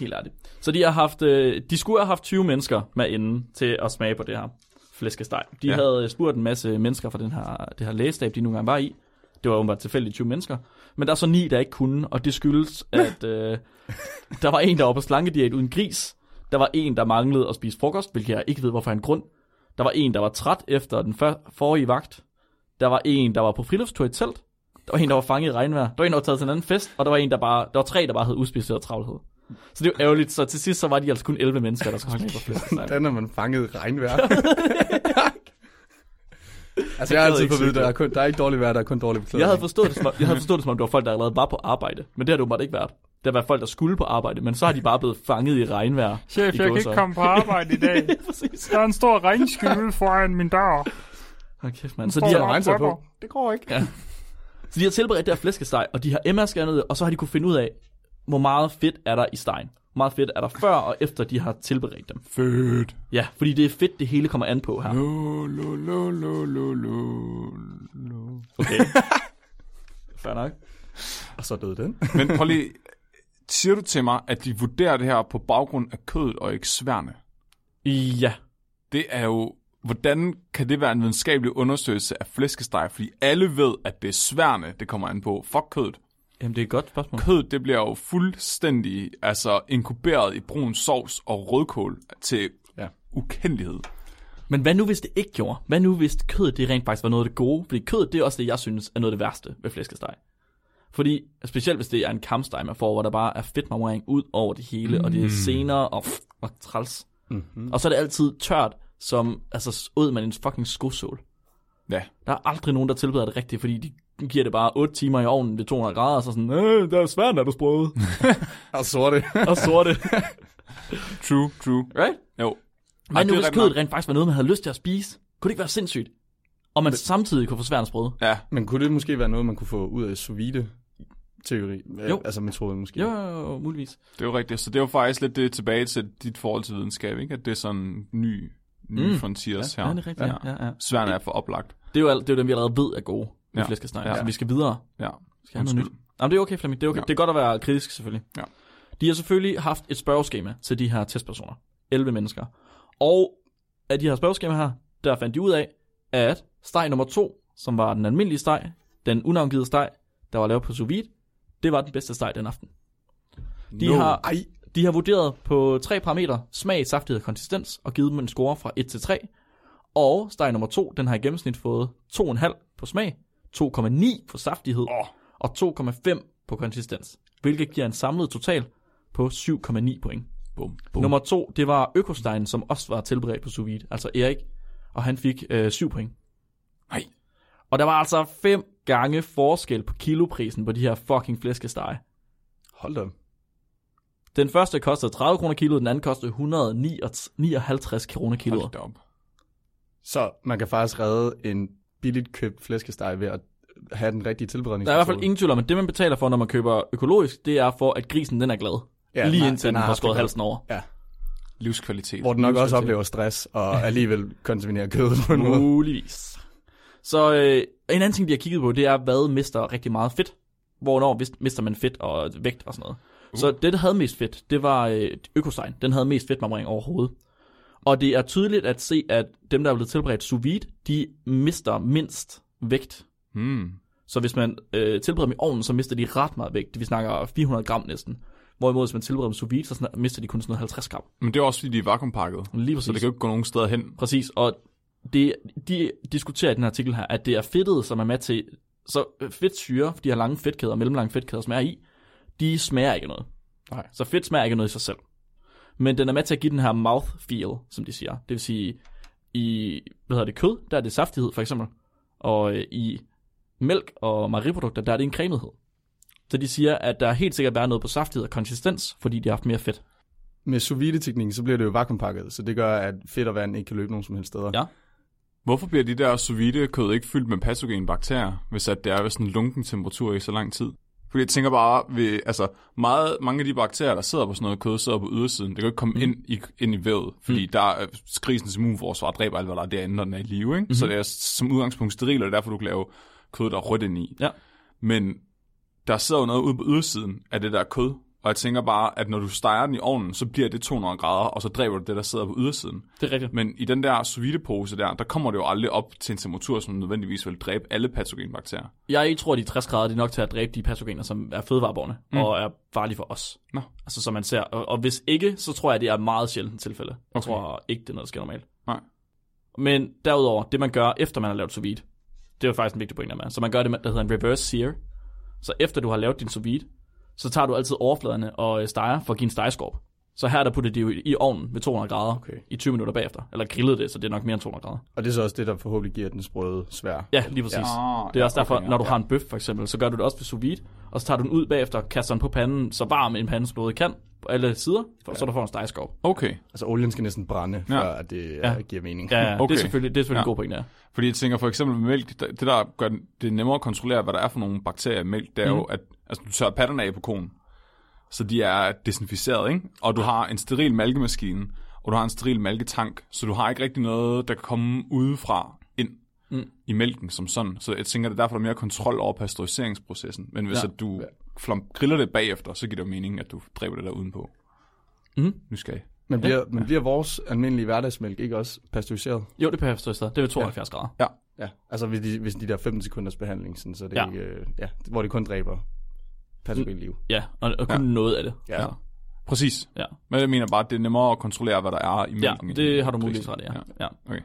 Speaker 2: helt ærligt. Så de, har haft, øh, de skulle have haft 20 mennesker med inden til at smage på det her flæskesteg. De ja.
Speaker 3: Ja.
Speaker 2: havde øh, spurgt en masse mennesker fra den her, det her lægestab, de nogle gange var i. Det var åbenbart tilfældigt 20 mennesker. Men der er så ni, der ikke kunne, og det skyldes, at øh, der var en, der var på slankediæt uden gris. Der var en, der manglede at spise frokost, hvilket jeg ikke ved, hvorfor han grund. Der var en, der var træt efter den før- forrige vagt. Der var en, der var på friluftstur i et telt. Der var en, der var fanget i regnvejr. Der var en, der var taget til en anden fest. Og der var, en, der bare, der var tre, der bare havde uspiceret travlhed. Så det var ærgerligt. Så til sidst så var de altså kun 11 mennesker, der skulle smage på flæskesteg.
Speaker 1: Hvordan er man fanget i regnvejr? altså, jeg
Speaker 2: gad
Speaker 1: har altid
Speaker 2: ikke
Speaker 1: fået at vide,
Speaker 2: cykle.
Speaker 1: der er, kun, der er ikke dårligt vejr, der er kun dårlig beklædning.
Speaker 2: Jeg havde, forstået det, som, om- jeg havde forstået det, som om det var folk, der allerede var på arbejde. Men det har det åbenbart ikke været. Det har været folk, der skulle på arbejde, men så har de bare blevet fanget i regnvejr. I
Speaker 4: Chef, jeg kan ikke
Speaker 2: gåseøjne.
Speaker 4: komme på arbejde i dag.
Speaker 2: Ja, præcis.
Speaker 4: Der er en stor regnskyld foran min dør.
Speaker 2: Hold kæft, mand. Så de
Speaker 4: Prøv
Speaker 2: har,
Speaker 4: at
Speaker 1: regntøj på.
Speaker 4: Hvorfor?
Speaker 1: Det går ikke.
Speaker 2: Så de har tilberedt der flæskesteg, og de har MR-scannet, og så har de kunne finde ud af, hvor meget fedt er der i stegen. Hvor meget fedt er der før og efter, de har tilberedt dem.
Speaker 3: Fedt.
Speaker 2: Ja, fordi det er fedt, det hele kommer an på her.
Speaker 3: Lo, lo, lo, lo, lo, lo, lo.
Speaker 2: Okay. Fair nok.
Speaker 1: Og så døde den.
Speaker 3: Men prøv lige, siger du til mig, at de vurderer det her på baggrund af kødet og ikke sværne?
Speaker 2: Ja.
Speaker 3: Det er jo, hvordan kan det være en videnskabelig undersøgelse af flæskesteg? Fordi alle ved, at det er sværne, det kommer an på. Fuck kødet.
Speaker 2: Jamen, det er et godt spørgsmål.
Speaker 3: Kødet, det bliver jo fuldstændig altså, inkuberet i brun sovs og rødkål til
Speaker 1: Ja.
Speaker 3: ja. ukendelighed.
Speaker 2: Men hvad nu, hvis det ikke gjorde? Hvad nu, hvis kødet det rent faktisk var noget af det gode? Fordi kødet, det er også det, jeg synes er noget af det værste ved flæskesteg. Fordi, specielt hvis det er en kampsteg, man får, hvor der bare er fedtmarmorering ud over det hele, mm. og det er senere og, og træls. Mm-hmm. Og så er det altid tørt, som altså, ud man en fucking skosål.
Speaker 3: Ja.
Speaker 2: Der er aldrig nogen, der tilbereder det rigtigt, fordi de giver det bare 8 timer i ovnen ved 200 grader, og så sådan, øh, der er svært, er du sprøde.
Speaker 1: Og sorte.
Speaker 2: og sorte.
Speaker 3: True, true.
Speaker 2: Right?
Speaker 3: Jo.
Speaker 2: Ej, nu
Speaker 3: det er
Speaker 2: hvis
Speaker 3: ret
Speaker 2: kødet
Speaker 3: nok.
Speaker 2: rent faktisk var noget, man havde lyst til at spise, kunne det ikke være sindssygt? Og man samtidig kunne få svært at sprøde.
Speaker 3: Ja,
Speaker 1: Men kunne det måske være noget, man kunne få ud af sous vide teori?
Speaker 2: Jo.
Speaker 1: Jo. Altså metoden måske.
Speaker 2: Jo, jo, jo, muligvis.
Speaker 3: det er jo rigtigt. Så det er jo faktisk lidt det tilbage til dit forhold til videnskab, ikke? At det er sådan ny, ny
Speaker 2: Mm.
Speaker 3: mm. frontiers
Speaker 2: Ja,
Speaker 3: her.
Speaker 2: det er rigtigt. Ja. Ja, ja.
Speaker 3: Sværne er for oplagt.
Speaker 2: Det er jo alt, det er jo dem, vi allerede ved er gode, ja.
Speaker 3: Ja.
Speaker 2: vi skal snakke. Ja.
Speaker 3: Ja.
Speaker 2: Så vi skal videre. Skal
Speaker 3: Ja.
Speaker 2: jeg have noget
Speaker 3: Undskyld.
Speaker 2: nyt? Jamen, det er okay, Flemming. Det er, okay.
Speaker 3: Ja.
Speaker 2: det er godt at være kritisk, selvfølgelig.
Speaker 3: Ja.
Speaker 2: De har selvfølgelig haft et spørgeskema til de her testpersoner. 11 mennesker. Og af de her spørgeskema her, der fandt de ud af, at steg nummer 2, som var den almindelige steg, den unavngivede steg, der var lavet på sous vide, det var den bedste steg den aften. De
Speaker 1: No.
Speaker 2: har-
Speaker 1: Ej,
Speaker 2: De har vurderet på tre parametre, smag, saftighed og konsistens, og givet dem en score fra 1 til 3. Og steg nummer 2, den har i gennemsnit fået 2,5 på smag, 2,9 på saftighed
Speaker 3: Åh.
Speaker 2: og 2,5 på konsistens, hvilket giver en samlet total på 7,9 point.
Speaker 3: Bum,
Speaker 2: Boom.
Speaker 3: bum.
Speaker 2: Nummer 2, det var Økostein, som også var tilberedt på sous vide, altså Erik, og han fik øh, 7 point.
Speaker 3: Nej.
Speaker 2: Og der var altså 5 gange forskel på kiloprisen på de her fucking flæskestege.
Speaker 1: hold da. op.
Speaker 2: Den første kostede 30 kroner kiloet, den anden kostede 159 kroner
Speaker 3: Hold
Speaker 2: kiloet.
Speaker 3: da op.
Speaker 1: Så man kan faktisk redde en billigt købt flæskesteg ved at have den rigtige tilberedning.
Speaker 2: Der er i hvert fald ingen tvivl om, at det man betaler for, når man køber økologisk, det er for, at grisen den er glad. Ja, lige indtil den, den har skåret halsen over.
Speaker 1: Ja,
Speaker 3: Livskvalitet.
Speaker 1: hvor den nok også
Speaker 2: Livskvalitet.
Speaker 1: oplever stress og alligevel konsumere kød på
Speaker 2: Uh.
Speaker 1: en måde.
Speaker 2: Muligvis. Så øh, en anden ting, de har kigget på, det er, hvad mister rigtig meget fedt. Hvornår vis- mister man fedt og vægt og sådan noget. Uh. Så det, der havde mest fedt, det var øh, økosign. Den havde mest fedtmarmering overhovedet. Og det er tydeligt at se, at dem, der er blevet tilberedt sous vide, de mister mindst vægt.
Speaker 3: Hmm.
Speaker 2: Så hvis man øh, tilbereder dem i ovnen, så mister de ret meget vægt. Vi snakker 400 gram næsten. Hvorimod, hvis man tilbereder dem sous vide, så sn- mister de kun sådan noget 50 gram.
Speaker 3: Men det er også fordi, de er vakuumpakket.
Speaker 2: Lige præcis.
Speaker 3: Så det kan jo ikke gå nogen steder hen.
Speaker 2: Præcis, og det, de diskuterer i den her artikel her, at det er fedtet, som er med til, så fedtsyre, de her lange fedtkæder og mellemlange fedtkæder, som er i, de smager ikke af noget.
Speaker 3: Nej.
Speaker 2: Så fedt smager ikke af noget i sig selv. Men den er med til at give den her mouth feel, som de siger. Det vil sige, i hvad hedder det, kød, der er det saftighed for eksempel, og øh, i mælk og mejeriprodukter, der er det en cremethed. Så de siger, at der helt sikkert er noget på saftighed og konsistens, fordi de har haft mere fedt.
Speaker 1: Med sous vide teknikken så bliver det jo vakuumpakket, så det gør, at fedt og vand ikke kan løbe nogen som helst steder.
Speaker 2: Ja.
Speaker 3: Hvorfor bliver de der sous vide kød ikke fyldt med pathogen bakterier, hvis at det er ved sådan en lunken temperatur i så lang tid? Fordi jeg tænker bare, ved, altså meget, mange af de bakterier, der sidder på sådan noget kød, sidder på ydersiden. Det kan jo ikke komme mm. ind, i, ind i vævet, fordi mm. der er krisens immunforsvar dræber alt, hvad der er derinde, når den er i live. Ikke? Mm-hmm. Så det er som udgangspunkt steril, og det er derfor, du kan lave kød, der er rødt ind i.
Speaker 2: Ja.
Speaker 3: Men der sidder jo noget ude på ydersiden af det der kød, og jeg tænker bare, at når du steger den i ovnen, så bliver det 200 grader, og så dræber du det, der sidder på ydersiden.
Speaker 2: Det er rigtigt.
Speaker 3: Men i den der sous vide pose der, der kommer det jo aldrig op til en temperatur, som nødvendigvis vil dræbe alle patogenbakterier.
Speaker 2: Jeg tror, at de 60 grader det er nok til at dræbe de patogener, som er fødevareborgerne mm. og er farlige for os.
Speaker 3: Nå.
Speaker 2: Altså, som man ser. Og, og hvis ikke, så tror jeg, det er et meget sjældent tilfælde. Jeg
Speaker 3: Okay.
Speaker 2: tror ikke, det er noget, der sker normalt.
Speaker 3: Nej.
Speaker 2: Men derudover, det man gør, efter man har lavet sous vide, det er jo faktisk en vigtig pointe, man. Så man gør det, der hedder en reverse sear. Så efter du har lavet din sous vide, så tager du altid overfladerne og øh, steger for at give en stegeskorp. Så her der putter de jo i i ovnen ved 200 grader
Speaker 1: Okay.
Speaker 2: i 20 minutter bagefter. Eller grillede det, så det er nok mere end 200 grader.
Speaker 1: Og det er så også det, der forhåbentlig giver den sprøde svær.
Speaker 2: Ja, lige præcis.
Speaker 3: Ah,
Speaker 2: Det er også
Speaker 3: ja,
Speaker 2: derfor,
Speaker 3: okay, ja.
Speaker 2: når du har en bøf for eksempel, så gør du det også ved sous vide, og så tager du den ud bagefter, kaster den på panden, så varm en pande som du overhovedet kan, på alle sider, for, ja. så du får en stegeskov.
Speaker 3: Okay,
Speaker 1: Altså olien skal næsten brænde, før at det
Speaker 2: Ja.
Speaker 1: ja. giver mening.
Speaker 2: Ja, ja, okay. det
Speaker 3: Okay.
Speaker 2: er selvfølgelig, det er selvfølgelig ja. en
Speaker 3: Ja.
Speaker 2: god pointe, ja.
Speaker 3: fordi jeg tænker for eksempel med mælk, det det der gør den- det er nemmere at kontrollere, hvad der er for nogle bakterier i mælk, det er mm. jo, at altså, du tørrer patterne af på konen, så de er desinficeret, ikke? Og du har en steril malkemaskine, og du har en steril malketank, så du har ikke rigtig noget, der kan komme udefra ind mm. i mælken som sådan. Så jeg tænker, det er derfor, der er mere kontrol over pasteuriseringsprocessen. Men hvis
Speaker 2: Ja.
Speaker 3: ja. at du flom, griller det bagefter, så giver det jo mening, at du dræber det der udenpå.
Speaker 2: Mhm.
Speaker 3: Nysgerrig.
Speaker 1: Men bliver, ja. men bliver vores almindelige hverdagsmælk ikke også pasteuriseret?
Speaker 2: Jo, det behøver jeg Det er ved 72 ja. grader.
Speaker 1: Ja. Altså hvis de, hvis de der 15 sekunders behandling, sådan, så det
Speaker 2: Ja.
Speaker 1: ja. ikke... øh, Ja, hvor det kun dræber patogenliv.
Speaker 2: Ja, og, og kun ja. noget af det.
Speaker 1: Ja. ja.
Speaker 3: Præcis.
Speaker 2: Ja.
Speaker 3: Men jeg mener bare, at det er nemmere at kontrollere, hvad der er i
Speaker 2: Ja,
Speaker 3: mælken. end i
Speaker 2: det har du
Speaker 3: grisen.
Speaker 2: muligvis ret i, ja.
Speaker 3: ja.
Speaker 2: ja.
Speaker 3: Okay.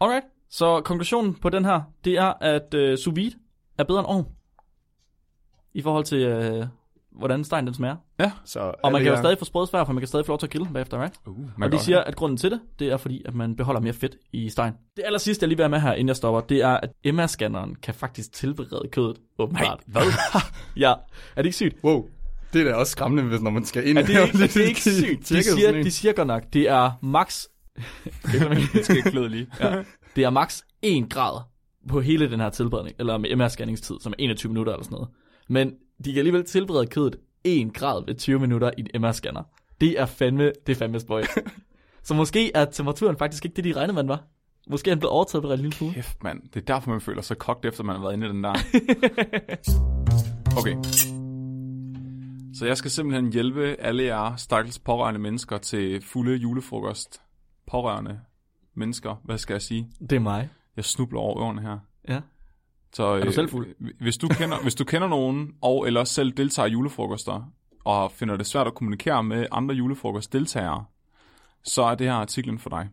Speaker 2: Alright, så konklusionen på den her, det er, at øh, sous vide er bedre end ovn. I forhold til, øh, hvordan stegen den smager.
Speaker 1: Så
Speaker 2: Og man
Speaker 1: alle
Speaker 2: kan jo
Speaker 1: jer-
Speaker 2: stadig få sprødt svær, for man kan stadig få lov til at grille den bagefter, right?
Speaker 3: Uh, man
Speaker 2: Og
Speaker 3: kan
Speaker 2: de
Speaker 3: også-
Speaker 2: siger, at grunden til det, det er fordi, at man beholder mere fedt i stegen. Det aller sidste, jeg lige vil have med her, inden jeg stopper, det er, at Emma-scanneren kan faktisk tilberede kødet, åbenbart. Nej, hvad? ja, er det ikke sygt?
Speaker 1: Wow, det er da også skræmmende, hvis når man skal ind.
Speaker 2: Er det, ikke, er det ikke sygt? De
Speaker 1: Tjekket
Speaker 2: siger,
Speaker 1: sådan en.
Speaker 2: de siger godt nok, det er max
Speaker 3: det skal ikke klæde lige. Ja.
Speaker 2: Det er maks 1 grad på hele den her tilberedning, eller med MR-scanningstid, som er 21 minutter eller sådan noget. Men de kan alligevel tilberede kødet 1 grad ved 20 minutter i en MR-scanner. Det er fandme, det er fandme spøjt. Så måske er temperaturen faktisk ikke det, de regnede, man var. Måske er han blevet overtaget på en lille smule.
Speaker 3: Kæft, mand. Det er derfor, man føler sig kogt, efter man har været inde i den der. Okay. Så jeg skal simpelthen hjælpe alle jer stakkels pårørende mennesker til fulde julefrokost. Pårørende mennesker, hvad skal jeg sige?
Speaker 2: Det er mig.
Speaker 3: Jeg snubler over ørerne her.
Speaker 2: Ja.
Speaker 3: Så, er
Speaker 2: du selv fuld?
Speaker 3: Hvis du, kender, hvis du kender nogen, og eller også selv deltager i julefrokoster, og finder det svært at kommunikere med andre julefrokostdeltagere, så er det her artiklen for dig.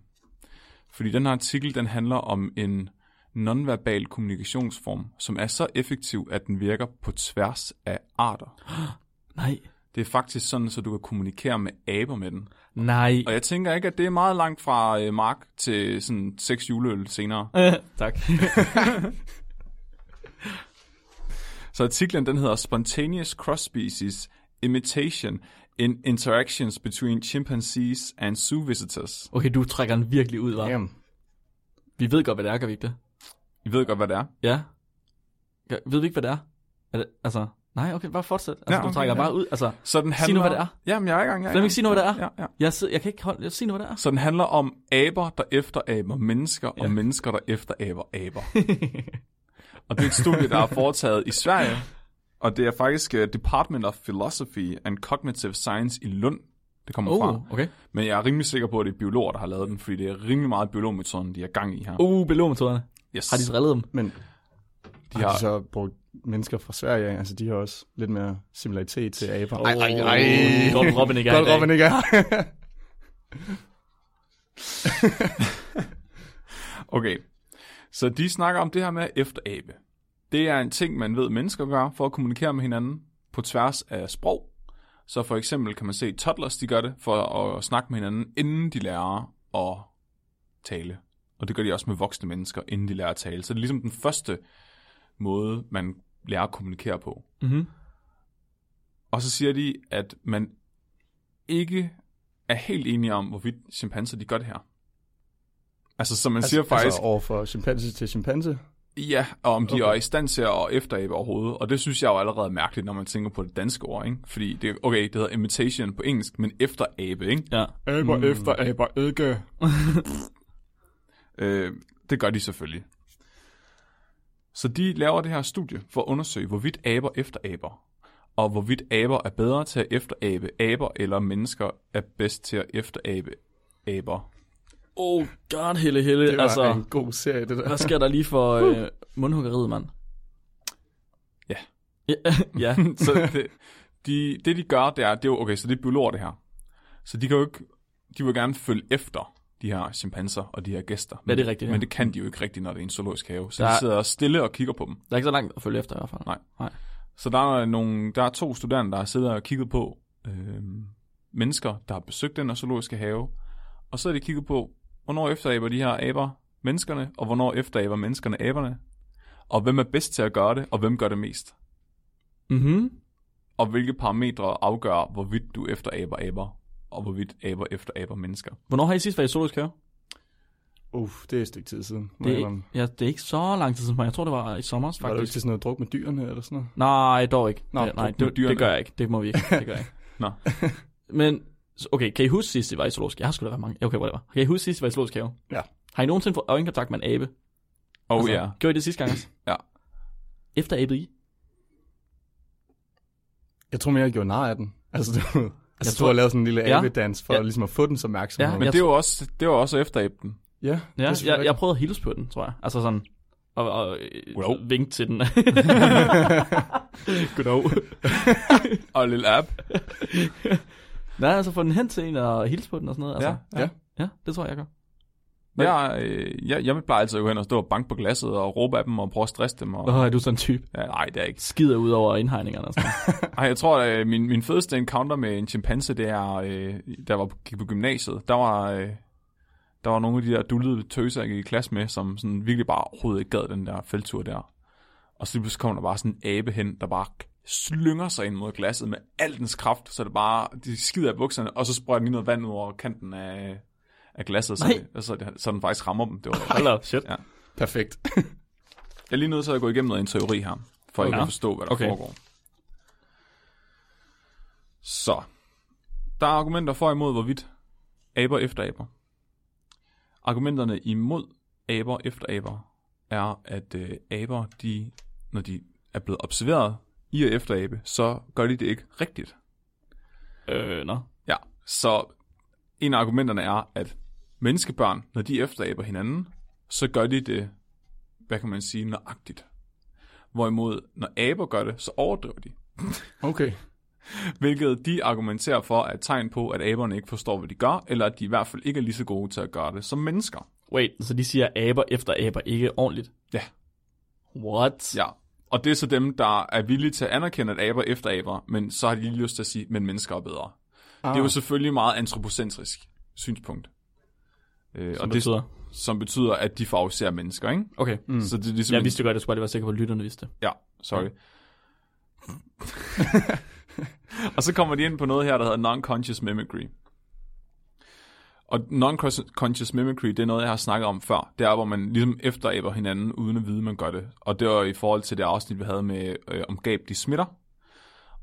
Speaker 3: Fordi den her artikel, den handler om en nonverbal kommunikationsform, som er så effektiv, at den virker på tværs af arter.
Speaker 2: Nej.
Speaker 3: Det er faktisk sådan, så du kan kommunikere med aber med den.
Speaker 2: Nej.
Speaker 3: Og jeg tænker ikke, at det er meget langt fra øh, Mark til sådan seks juleøl senere.
Speaker 2: tak.
Speaker 3: Så artiklen den hedder Spontaneous Cross-Species Imitation in Interactions Between Chimpanzees and Zoo Visitors.
Speaker 2: Okay, du trækker den virkelig ud, var.
Speaker 1: Damn.
Speaker 2: Vi ved godt, hvad det er, gør vi ikke det?
Speaker 3: I ved godt, hvad det er.
Speaker 2: Ja. Gør, ved vi ikke, hvad det er? er det, altså, nej, okay, bare fortsæt. Altså,
Speaker 3: Ja,
Speaker 2: ja, okay, du
Speaker 3: okay,
Speaker 2: trækker
Speaker 3: ja.
Speaker 2: bare ud. Altså,
Speaker 3: Så den handler...
Speaker 2: nu, hvad det er.
Speaker 3: Jamen, jeg er i gang. Jeg er i
Speaker 2: Flemming,
Speaker 3: gang.
Speaker 2: sig nu, hvad det er.
Speaker 3: Ja, ja.
Speaker 2: jeg, sidder, jeg kan ikke holde, jeg sige nu, hvad det er.
Speaker 3: Så den handler om aber, der efteraber mennesker, ja. og mennesker, der efteraber aber. og det er et studie, der er foretaget i Sverige, og det er faktisk øh, Department of Philosophy and Cognitive Science i Lund, det kommer fra.
Speaker 2: Uh, okay.
Speaker 3: Men jeg er rimelig sikker på, at det er biologer, der har lavet den, fordi det er rimelig meget biologmetoden, de er gang i her.
Speaker 2: Uh, belåmetoderne.
Speaker 3: yes.
Speaker 2: Har de drillet dem?
Speaker 1: Men de har,
Speaker 3: har-
Speaker 1: de så brugt mennesker fra Sverige, af? altså de har også lidt mere similaritet til aber. Ej,
Speaker 2: ej, ej. Oh, Godt, Robin ikke er i
Speaker 1: Godt
Speaker 2: dag.
Speaker 1: Robin ikke er.
Speaker 3: Okay, så de snakker om det her med at efterabe. Det er en ting, man ved, mennesker gør for at kommunikere med hinanden på tværs af sprog. Så for eksempel kan man se, at toddlers de gør det for at snakke med hinanden, inden de lærer at tale. Og det gør de også med voksne mennesker, inden de lærer at tale. Så det er ligesom den første måde, man lærer at kommunikere på.
Speaker 2: Mm-hmm.
Speaker 3: Og så siger de, at man ikke er helt enige om, hvorvidt chimpanser de gør det her. Altså, som man altså, siger faktisk...
Speaker 1: Altså over for chimpanse til chimpanse.
Speaker 3: Ja, og om de okay. er i stand til at efterabe overhovedet. Og det synes jeg jo allerede er mærkeligt, når man tænker på det danske ord, ikke? Fordi det, okay, det hedder imitation på engelsk, men efterabe, ikke?
Speaker 2: Ja.
Speaker 4: Aber mm. efter aber ikke.
Speaker 3: Øh, det gør de selvfølgelig. Så de laver det her studie for at undersøge, hvorvidt aber efteraber, og hvorvidt aber er bedre til at efterabe aber, eller mennesker er bedst til at efterabe aber.
Speaker 2: Oh god, Helle Helle.
Speaker 1: Det var
Speaker 2: Altså,
Speaker 1: altså, en god serie, det der.
Speaker 2: hvad sker der lige for øh, mundhuggeriet, mand?
Speaker 3: Ja.
Speaker 2: Ja, ja.
Speaker 3: så det, de, det, de gør, det er, det er jo, okay, så det er biologer, det her. Så de kan jo ikke, de vil gerne følge efter de her chimpanser og de her gæster.
Speaker 2: Ja, det er rigtigt, ja.
Speaker 3: Men det kan de jo ikke rigtigt, når det er en zoologisk have. Så
Speaker 2: Der
Speaker 3: de
Speaker 2: er-
Speaker 3: sidder stille og kigger på dem.
Speaker 2: Der er ikke så langt at følge efter i hvert fald.
Speaker 3: Nej.
Speaker 2: Nej.
Speaker 3: Så der er, nogle, der er to studerende, der har siddet og kigget på øh, mennesker, der har besøgt den her zoologiske have. Og så har de kigget på, hvornår efteraber de her aber menneskerne, og hvornår efteraber menneskerne aberne. Og hvem er bedst til at gøre det, og hvem gør det mest.
Speaker 2: Mm-hmm.
Speaker 3: og hvilke parametre afgør, hvorvidt du efteraber aber, og hvorvidt aber efteraber mennesker.
Speaker 2: Hvornår har I sidst været i zoologisk have?
Speaker 1: Uff, det er et stykke tid siden. må
Speaker 2: Det
Speaker 1: jeg
Speaker 2: er, ikke,
Speaker 1: indrømme.
Speaker 2: ja, det er ikke så lang tid siden. Jeg tror, det var i sommer,
Speaker 1: Var du ikke
Speaker 2: faktisk.
Speaker 1: til sådan noget druk med dyrene eller sådan noget?
Speaker 2: Nej, dog ikke.
Speaker 1: Nå,
Speaker 2: Nå, det, nej,
Speaker 3: med
Speaker 2: det,
Speaker 3: dyrene.
Speaker 2: det gør jeg ikke. Det må vi ikke. Det gør jeg ikke.
Speaker 3: Nå.
Speaker 2: Men, så- okay, kan I huske sidst, I var i zoologisk? Jeg har sgu da været mange. Ja, Okay, whatever. Kan I huske sidst, I var i zoologisk have?
Speaker 1: Ja.
Speaker 2: Har I nogensinde fået øjenkontakt med en abe?
Speaker 3: Oh altså, ja.
Speaker 2: Gjorde I det sidste gang også?
Speaker 3: Ja.
Speaker 2: Efter abet I?
Speaker 1: Jeg tror mere, jeg gjorde nar af den. Altså, det var, altså, jeg
Speaker 2: tror-
Speaker 1: tror, jeg lavede sådan en lille
Speaker 2: Ja.
Speaker 1: abedans for
Speaker 2: Ja.
Speaker 1: ja. ligesom at få den som opmærksomhed.
Speaker 2: Ja,
Speaker 1: Ja,
Speaker 3: Men
Speaker 2: jeg
Speaker 3: det er jo også, det er jo også efterabe den.
Speaker 1: ja, det er
Speaker 2: Ja, jeg,
Speaker 1: selvfølgelig
Speaker 2: jeg prøvede at hilse på den, tror jeg. Altså sådan, og, og øh,
Speaker 3: Goddag.
Speaker 2: vinke til den. Goddag.
Speaker 3: Og lille app.
Speaker 2: Nej, altså få den hen til en og hilse på den og sådan noget. Altså.
Speaker 1: Ja.
Speaker 2: ja, det tror jeg, jeg gør.
Speaker 3: Jeg, øh, jeg, jeg plejer altid at gå hen og stå og banke på glasset og råbe af dem og prøve at stresse dem. Og,
Speaker 2: Åh, er du sådan en type?
Speaker 3: ja, nej, det er ikke.
Speaker 2: Skider ud over indhegningerne og sådan noget.
Speaker 3: Ej, jeg tror, at min, min fedeste encounter med en chimpanse, det er, øh, da jeg var, gik på gymnasiet, der var, øh, der var nogle af de der dullede tøser, jeg gik i klasse med, som sådan virkelig bare overhovedet ikke gad den der feltur der. Og så lige pludselig kom der bare sådan en abe hen, der bare slynger sig ind mod glasset med al dens kraft, så det bare, de skider af bukserne, og så sprøjter den lige noget vand ud over kanten af, af glasset, så,
Speaker 2: Nej.
Speaker 3: det, så, det, så den faktisk rammer dem. Det var,
Speaker 2: Hold da op, shit.
Speaker 3: Ja.
Speaker 1: Perfekt.
Speaker 3: jeg er lige nødt til at gå igennem noget i en teori her, for okay.
Speaker 2: Okay.
Speaker 3: at forstå, hvad der
Speaker 2: Okay.
Speaker 3: okay. foregår. Så. Der er argumenter for og imod, hvorvidt aber efter aber. Argumenterne imod aber efter aber er, at øh, aber, de, når de er blevet observeret i og efter abe, så gør de det ikke rigtigt.
Speaker 2: Øh, nå.
Speaker 3: Ja, så en af argumenterne er, at menneskebørn, når de efteraber hinanden, så gør de det, hvad kan man sige, nøjagtigt. Hvorimod, når aber gør det, så overdriver de.
Speaker 1: Okay.
Speaker 3: Hvilket de argumenterer for er et tegn på, at aberne ikke forstår, hvad de gør, eller at de i hvert fald ikke er lige så gode til at gøre det som mennesker.
Speaker 2: Wait, så de siger aber efter aber ikke ordentligt?
Speaker 3: Ja.
Speaker 2: What?
Speaker 3: Ja, og det er så dem, der er villige til at anerkende, at aber efter aber, men så har de lige lyst til at sige, men mennesker er bedre. Ah. Det er jo selvfølgelig meget antropocentrisk synspunkt. Øh,
Speaker 2: Som betyder?
Speaker 3: som betyder, at de favoriserer mennesker, ikke?
Speaker 2: Okay.
Speaker 3: Mm. Så det er ligesom...
Speaker 2: Jeg vidste det godt, jeg skulle bare lige være sikker på, at lytterne vidste det.
Speaker 3: Ja, sorry. og så kommer de ind på noget her, der hedder non-conscious mimicry. Og non-conscious mimicry, det er noget, jeg har snakket om før. Det er, hvor man ligesom efteraber hinanden, uden at vide, man gør det. Og det var i forhold til det afsnit, vi havde med øh, om gab, de smitter.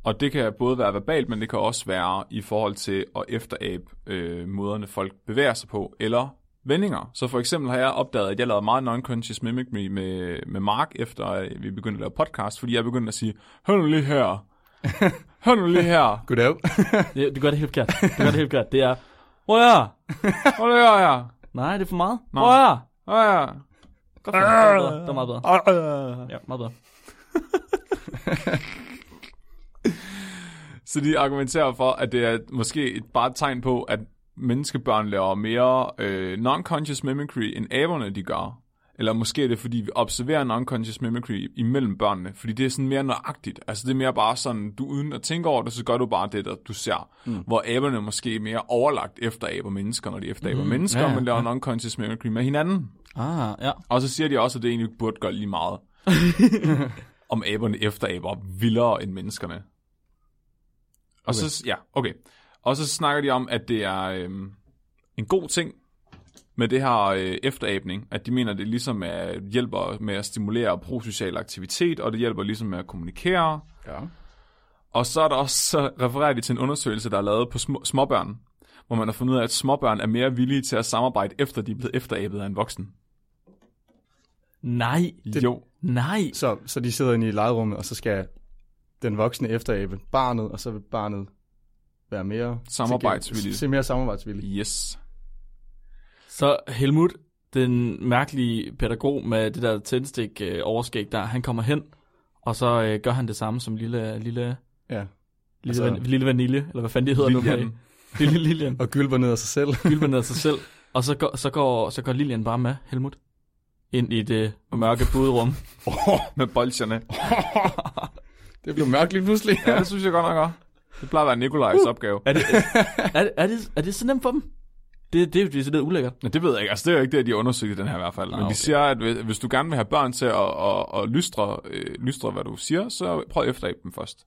Speaker 3: Og det kan både være verbalt, men det kan også være i forhold til at efterabe øh, måderne, folk bevæger sig på, eller vendinger. Så for eksempel har jeg opdaget, at jeg lavede meget non-conscious mimicry med, med Mark, efter at vi begyndte at lave podcast, fordi jeg begyndte at sige, hør nu lige her, hør nu lige her,
Speaker 1: Goddag.
Speaker 2: Det, du gør det helt forkert. Du gør det helt forkert. Det er, hvor er jeg?
Speaker 3: hør nu lige her,
Speaker 2: Nej, det er for meget. Hvor er jeg?
Speaker 3: hør her.
Speaker 2: Godt, for, det var bedre. det var meget bedre. Ja, meget bedre.
Speaker 3: Så de argumenterer for, at det er måske et, bare et tegn på, at menneskebørn laver mere øh, non-conscious mimicry, end aberne de gør. Eller måske er det, fordi vi observerer non-conscious mimicry imellem børnene, fordi det er sådan mere nøjagtigt. Altså det er mere bare sådan, du uden at tænke over det, så gør du bare det, der du ser. Mm. Hvor aberne måske er mere overlagt efter aber mennesker, når de efteraber mm. mennesker,
Speaker 2: Ja,
Speaker 3: ja,
Speaker 2: ja,
Speaker 3: men laver non-conscious mimicry med hinanden.
Speaker 2: Ah, ja.
Speaker 3: Og så siger de også, at det egentlig burde gøre lige meget. om aberne efteraber er vildere end menneskerne. Og okay. så, ja, okay. Og så snakker de om, at det er øhm, en god ting med det her øh, efterabning, at de mener, at det ligesom er, hjælper med at stimulere prosocial aktivitet, og det hjælper ligesom med at kommunikere,
Speaker 1: Ja.
Speaker 3: og så er der også så refererer de til en undersøgelse, der er lavet på små, småbørn, hvor man har fundet ud af, at småbørn er mere villige til at samarbejde, efter de er blevet efterabet af en voksen.
Speaker 2: Nej.
Speaker 3: Det... Jo.
Speaker 2: Nej.
Speaker 1: Så, så de sidder inde i lejerummet, og så skal den voksne efterabe barnet, og så vil barnet være mere...
Speaker 3: Samarbejdsvillig.
Speaker 1: Se mere samarbejdsvillig.
Speaker 3: Yes.
Speaker 2: Så Helmut, den mærkelige pædagog med det der tændstik øh, overskæg der, han kommer hen, og så øh, gør han det samme som lille, lille,
Speaker 1: Ja.
Speaker 2: lille,
Speaker 1: Altså-
Speaker 2: van, lille vanilje, eller hvad fanden det hedder nu.
Speaker 3: Lillian.
Speaker 2: Lille Lille Lillian.
Speaker 1: Og gylper ned af sig selv.
Speaker 2: Gylper ned af sig selv. Og så går, så, går, så går Lillian bare med, Helmut, ind i det mørke buderum.
Speaker 3: med bolsjerne.
Speaker 1: Det blev mørkt lige pludselig.
Speaker 3: Ja, det synes jeg godt nok også. Det plejer at være Nikolajs uh. opgave.
Speaker 2: Er det, er, det- er, det, er det så nemt for dem? Det, det, er jo- det er sådan lidt ulækkert.
Speaker 3: Men det ved jeg ikke. Altså, det er jo ikke det, de har undersøgt i den her i hvert fald. Men
Speaker 2: okay.
Speaker 3: de siger, at hvis, hvis du gerne vil have børn til at, at, at lystre, øh, lystre, hvad du siger, så prøv at efterabe dem først.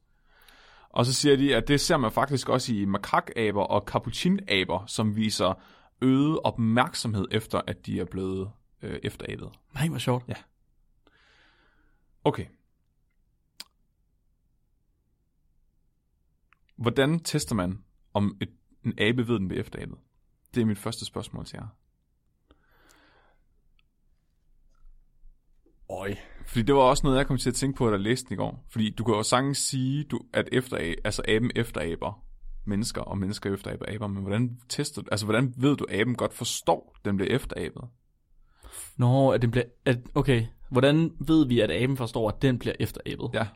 Speaker 3: Og så siger de, at det ser man faktisk også i makrakaber og capuchinaber, som viser øget opmærksomhed efter, at de er blevet øh, efterabet.
Speaker 2: Nej, hvor sjovt.
Speaker 3: Okay. Hvordan tester man, om et, en abe ved, den bliver efterabet? Det er mit første spørgsmål til jer.
Speaker 1: Øj.
Speaker 3: Fordi det var også noget, jeg kom til at tænke på, da jeg læste den i går. Fordi du kan jo sagtens sige, du, at efter, altså aben efteraber mennesker, og mennesker efteraber aber, men hvordan tester du, altså hvordan ved du, at aben godt forstår, at den bliver efterabet?
Speaker 2: Nå, at den bliver... At, okay, hvordan ved vi, at aben forstår, at den bliver efterabet?
Speaker 3: Ja.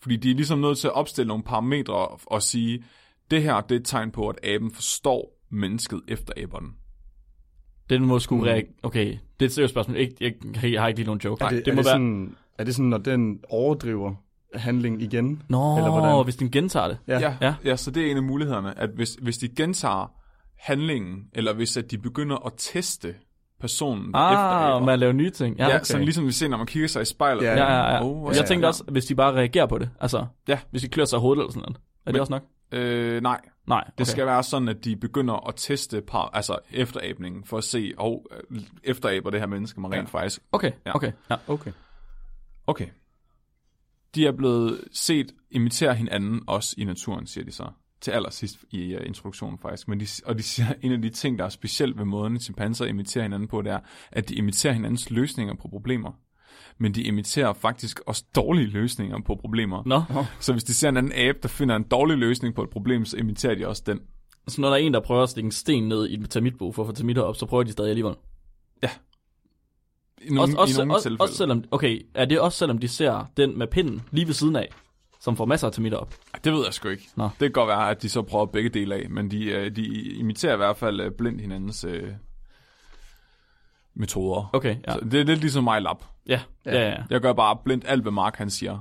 Speaker 3: Fordi de er ligesom nødt til at opstille nogle parametre og, og sige, det her, det er et tegn på, at aben forstår mennesket efter aberen.
Speaker 2: Den må sgu mm. reagere... Okay, det er et seriøst spørgsmål. Ikke, jeg, kan- jeg har ikke lige nogen joke.
Speaker 1: Er det,
Speaker 2: det,
Speaker 1: er
Speaker 2: må
Speaker 1: det
Speaker 2: være...
Speaker 1: Sådan, er det sådan, når den overdriver handling igen?
Speaker 2: Nå,
Speaker 1: eller hvordan?
Speaker 2: hvis den gentager det.
Speaker 1: Ja.
Speaker 3: Ja,
Speaker 2: Ja.
Speaker 3: ja. ja, så det er en af mulighederne, at hvis, hvis de gentager handlingen, eller hvis at de begynder at teste personen, der efteraber.
Speaker 2: Ah, man laver nye ting. Ja,
Speaker 3: Ja,
Speaker 2: okay.
Speaker 3: okay. sådan ligesom vi ser, når man kigger sig i spejlet.
Speaker 1: Ja,
Speaker 2: ja, ja, ja.
Speaker 3: Oh,
Speaker 2: Oh,
Speaker 3: hvor
Speaker 2: jeg
Speaker 3: sejt.
Speaker 2: tænkte også, hvis de bare reagerer på det. Altså,
Speaker 3: Ja.
Speaker 2: hvis de klør sig i hovedet eller sådan noget. Er det
Speaker 3: Men-
Speaker 2: også nok?
Speaker 3: Øh, nej. Okay.
Speaker 2: Nej, okay.
Speaker 3: Det skal være sådan, at de begynder at teste par, altså efterabningen, for at se, og oh, efteraber det her menneske man rent ja. faktisk.
Speaker 2: Okay,
Speaker 3: Ja.
Speaker 2: okay. Ja.
Speaker 1: Okay.
Speaker 3: Okay. De er blevet set imitere hinanden også i naturen, siger de så. Til allersidst i uh, introduktionen faktisk. Men de, og de siger, en af de ting, der er specielt ved måden, chimpanser imiterer hinanden på, det er, at de imiterer hinandens løsninger på problemer. Men de imiterer faktisk også dårlige løsninger på problemer.
Speaker 2: Nå,
Speaker 3: Så hvis de ser en anden abe, der finder en dårlig løsning på et problem, så imiterer de også den.
Speaker 2: så når der er en, der prøver at stikke en sten ned i et termitbo for at få termitter op, så prøver de stadig alligevel.
Speaker 3: I nogle,
Speaker 2: også, også,
Speaker 3: i nogle
Speaker 2: også,
Speaker 3: tilfælde.
Speaker 2: også selvom, okay, er det også selvom de ser den med pinden lige ved siden af, som får masser af termitter op?
Speaker 3: Ej, Det ved jeg sgu ikke.
Speaker 2: Nå.
Speaker 3: Det kan godt være, at de så prøver begge dele af, men de, øh, de imiterer i hvert fald øh, blindt hinandens øh, metoder.
Speaker 2: Okay, ja.
Speaker 3: Så det er lidt ligesom mig lab.
Speaker 2: Ja, ja, ja. ja.
Speaker 3: Jeg gør bare blindt alt, hvad Mark han siger.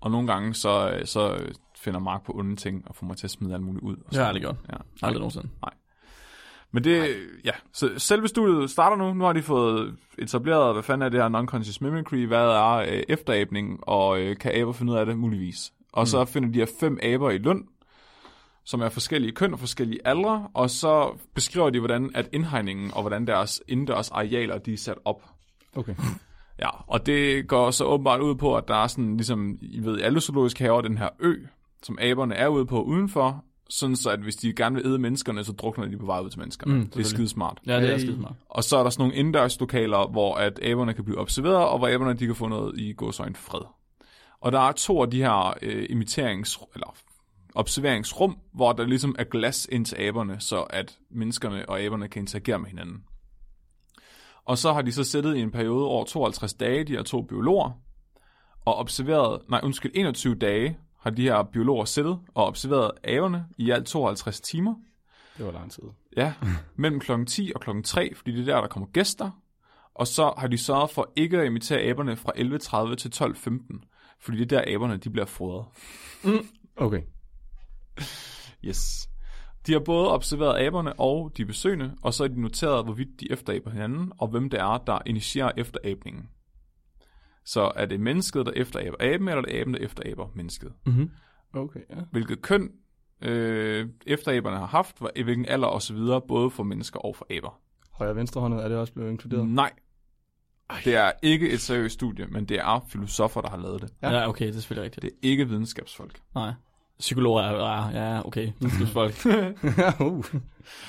Speaker 3: Og nogle gange, så, øh, så øh, finder Mark på onde ting og får mig til at smide alt muligt ud. Og
Speaker 2: Det har jeg aldrig gjort.
Speaker 3: Ja.
Speaker 2: Aldrig nogensinde.
Speaker 3: Men det, ja, så selve studiet starter nu. Nu har de fået etableret, hvad fanden er det her non-conscious mimicry, hvad er øh, efterabning, og øh, kan aber finde ud af det muligvis. Og mm. så finder de her fem aber i Lund, som er forskellige køn og forskellige aldre, og så beskriver de, hvordan at indhegningen og hvordan deres indendørs arealer, de er sat op.
Speaker 1: Okay.
Speaker 3: Ja, og det går så åbenbart ud på, at der er sådan, ligesom I ved, i alle zoologiske haver, den her ø, som aberne er ude på udenfor, sådan så, at hvis de gerne vil æde menneskerne, så drukner de på vej ud til menneskerne. Mm, det er skide smart.
Speaker 2: Ja, det er
Speaker 1: Hey.
Speaker 2: skide smart.
Speaker 3: Og så er der sådan nogle indendørslokaler, hvor at aberne kan blive observeret, og hvor aberne de kan få noget i gåsøjne fred. Og der er to af de her øh, imiterings, eller observeringsrum, hvor der ligesom er glas ind til aberne, så at menneskerne og aberne kan interagere med hinanden. Og så har de så sættet i en periode over 52 dage, de her to biologer, og observeret, nej undskyld, 21 dage har de her biologer sættet og observeret aberne i alt 52 timer.
Speaker 1: Det var lang tid.
Speaker 3: Ja, mellem klokken 10 og klokken 3, fordi det er der, der kommer gæster. Og så har de sørget for ikke at imitere aberne fra 11.30 til 12.15, fordi det er der, aberne de bliver fodret.
Speaker 1: Okay.
Speaker 3: Yes. De har både observeret aberne og de besøgende, og så har de noteret, hvorvidt de efteraber hinanden, og hvem det er, der initierer efterabningen. Så er det mennesket, der efteraber aben, eller er det aben, der efteraber mennesket?
Speaker 1: Okay, ja.
Speaker 3: Hvilket køn øh, efteraberne har haft, hvor- i hvilken alder osv., både for mennesker og for aber.
Speaker 1: Højre og venstre hånd, er det også blevet inkluderet?
Speaker 3: Nej. Det er ikke et seriøst studie, men det er filosofer, der har lavet det.
Speaker 1: Ja.
Speaker 2: Ja, okay, det er selvfølgelig rigtigt.
Speaker 3: Det er ikke videnskabsfolk.
Speaker 2: Nej. Psykologer er, er- ja, okay. Videnskabsfolk.
Speaker 1: uh.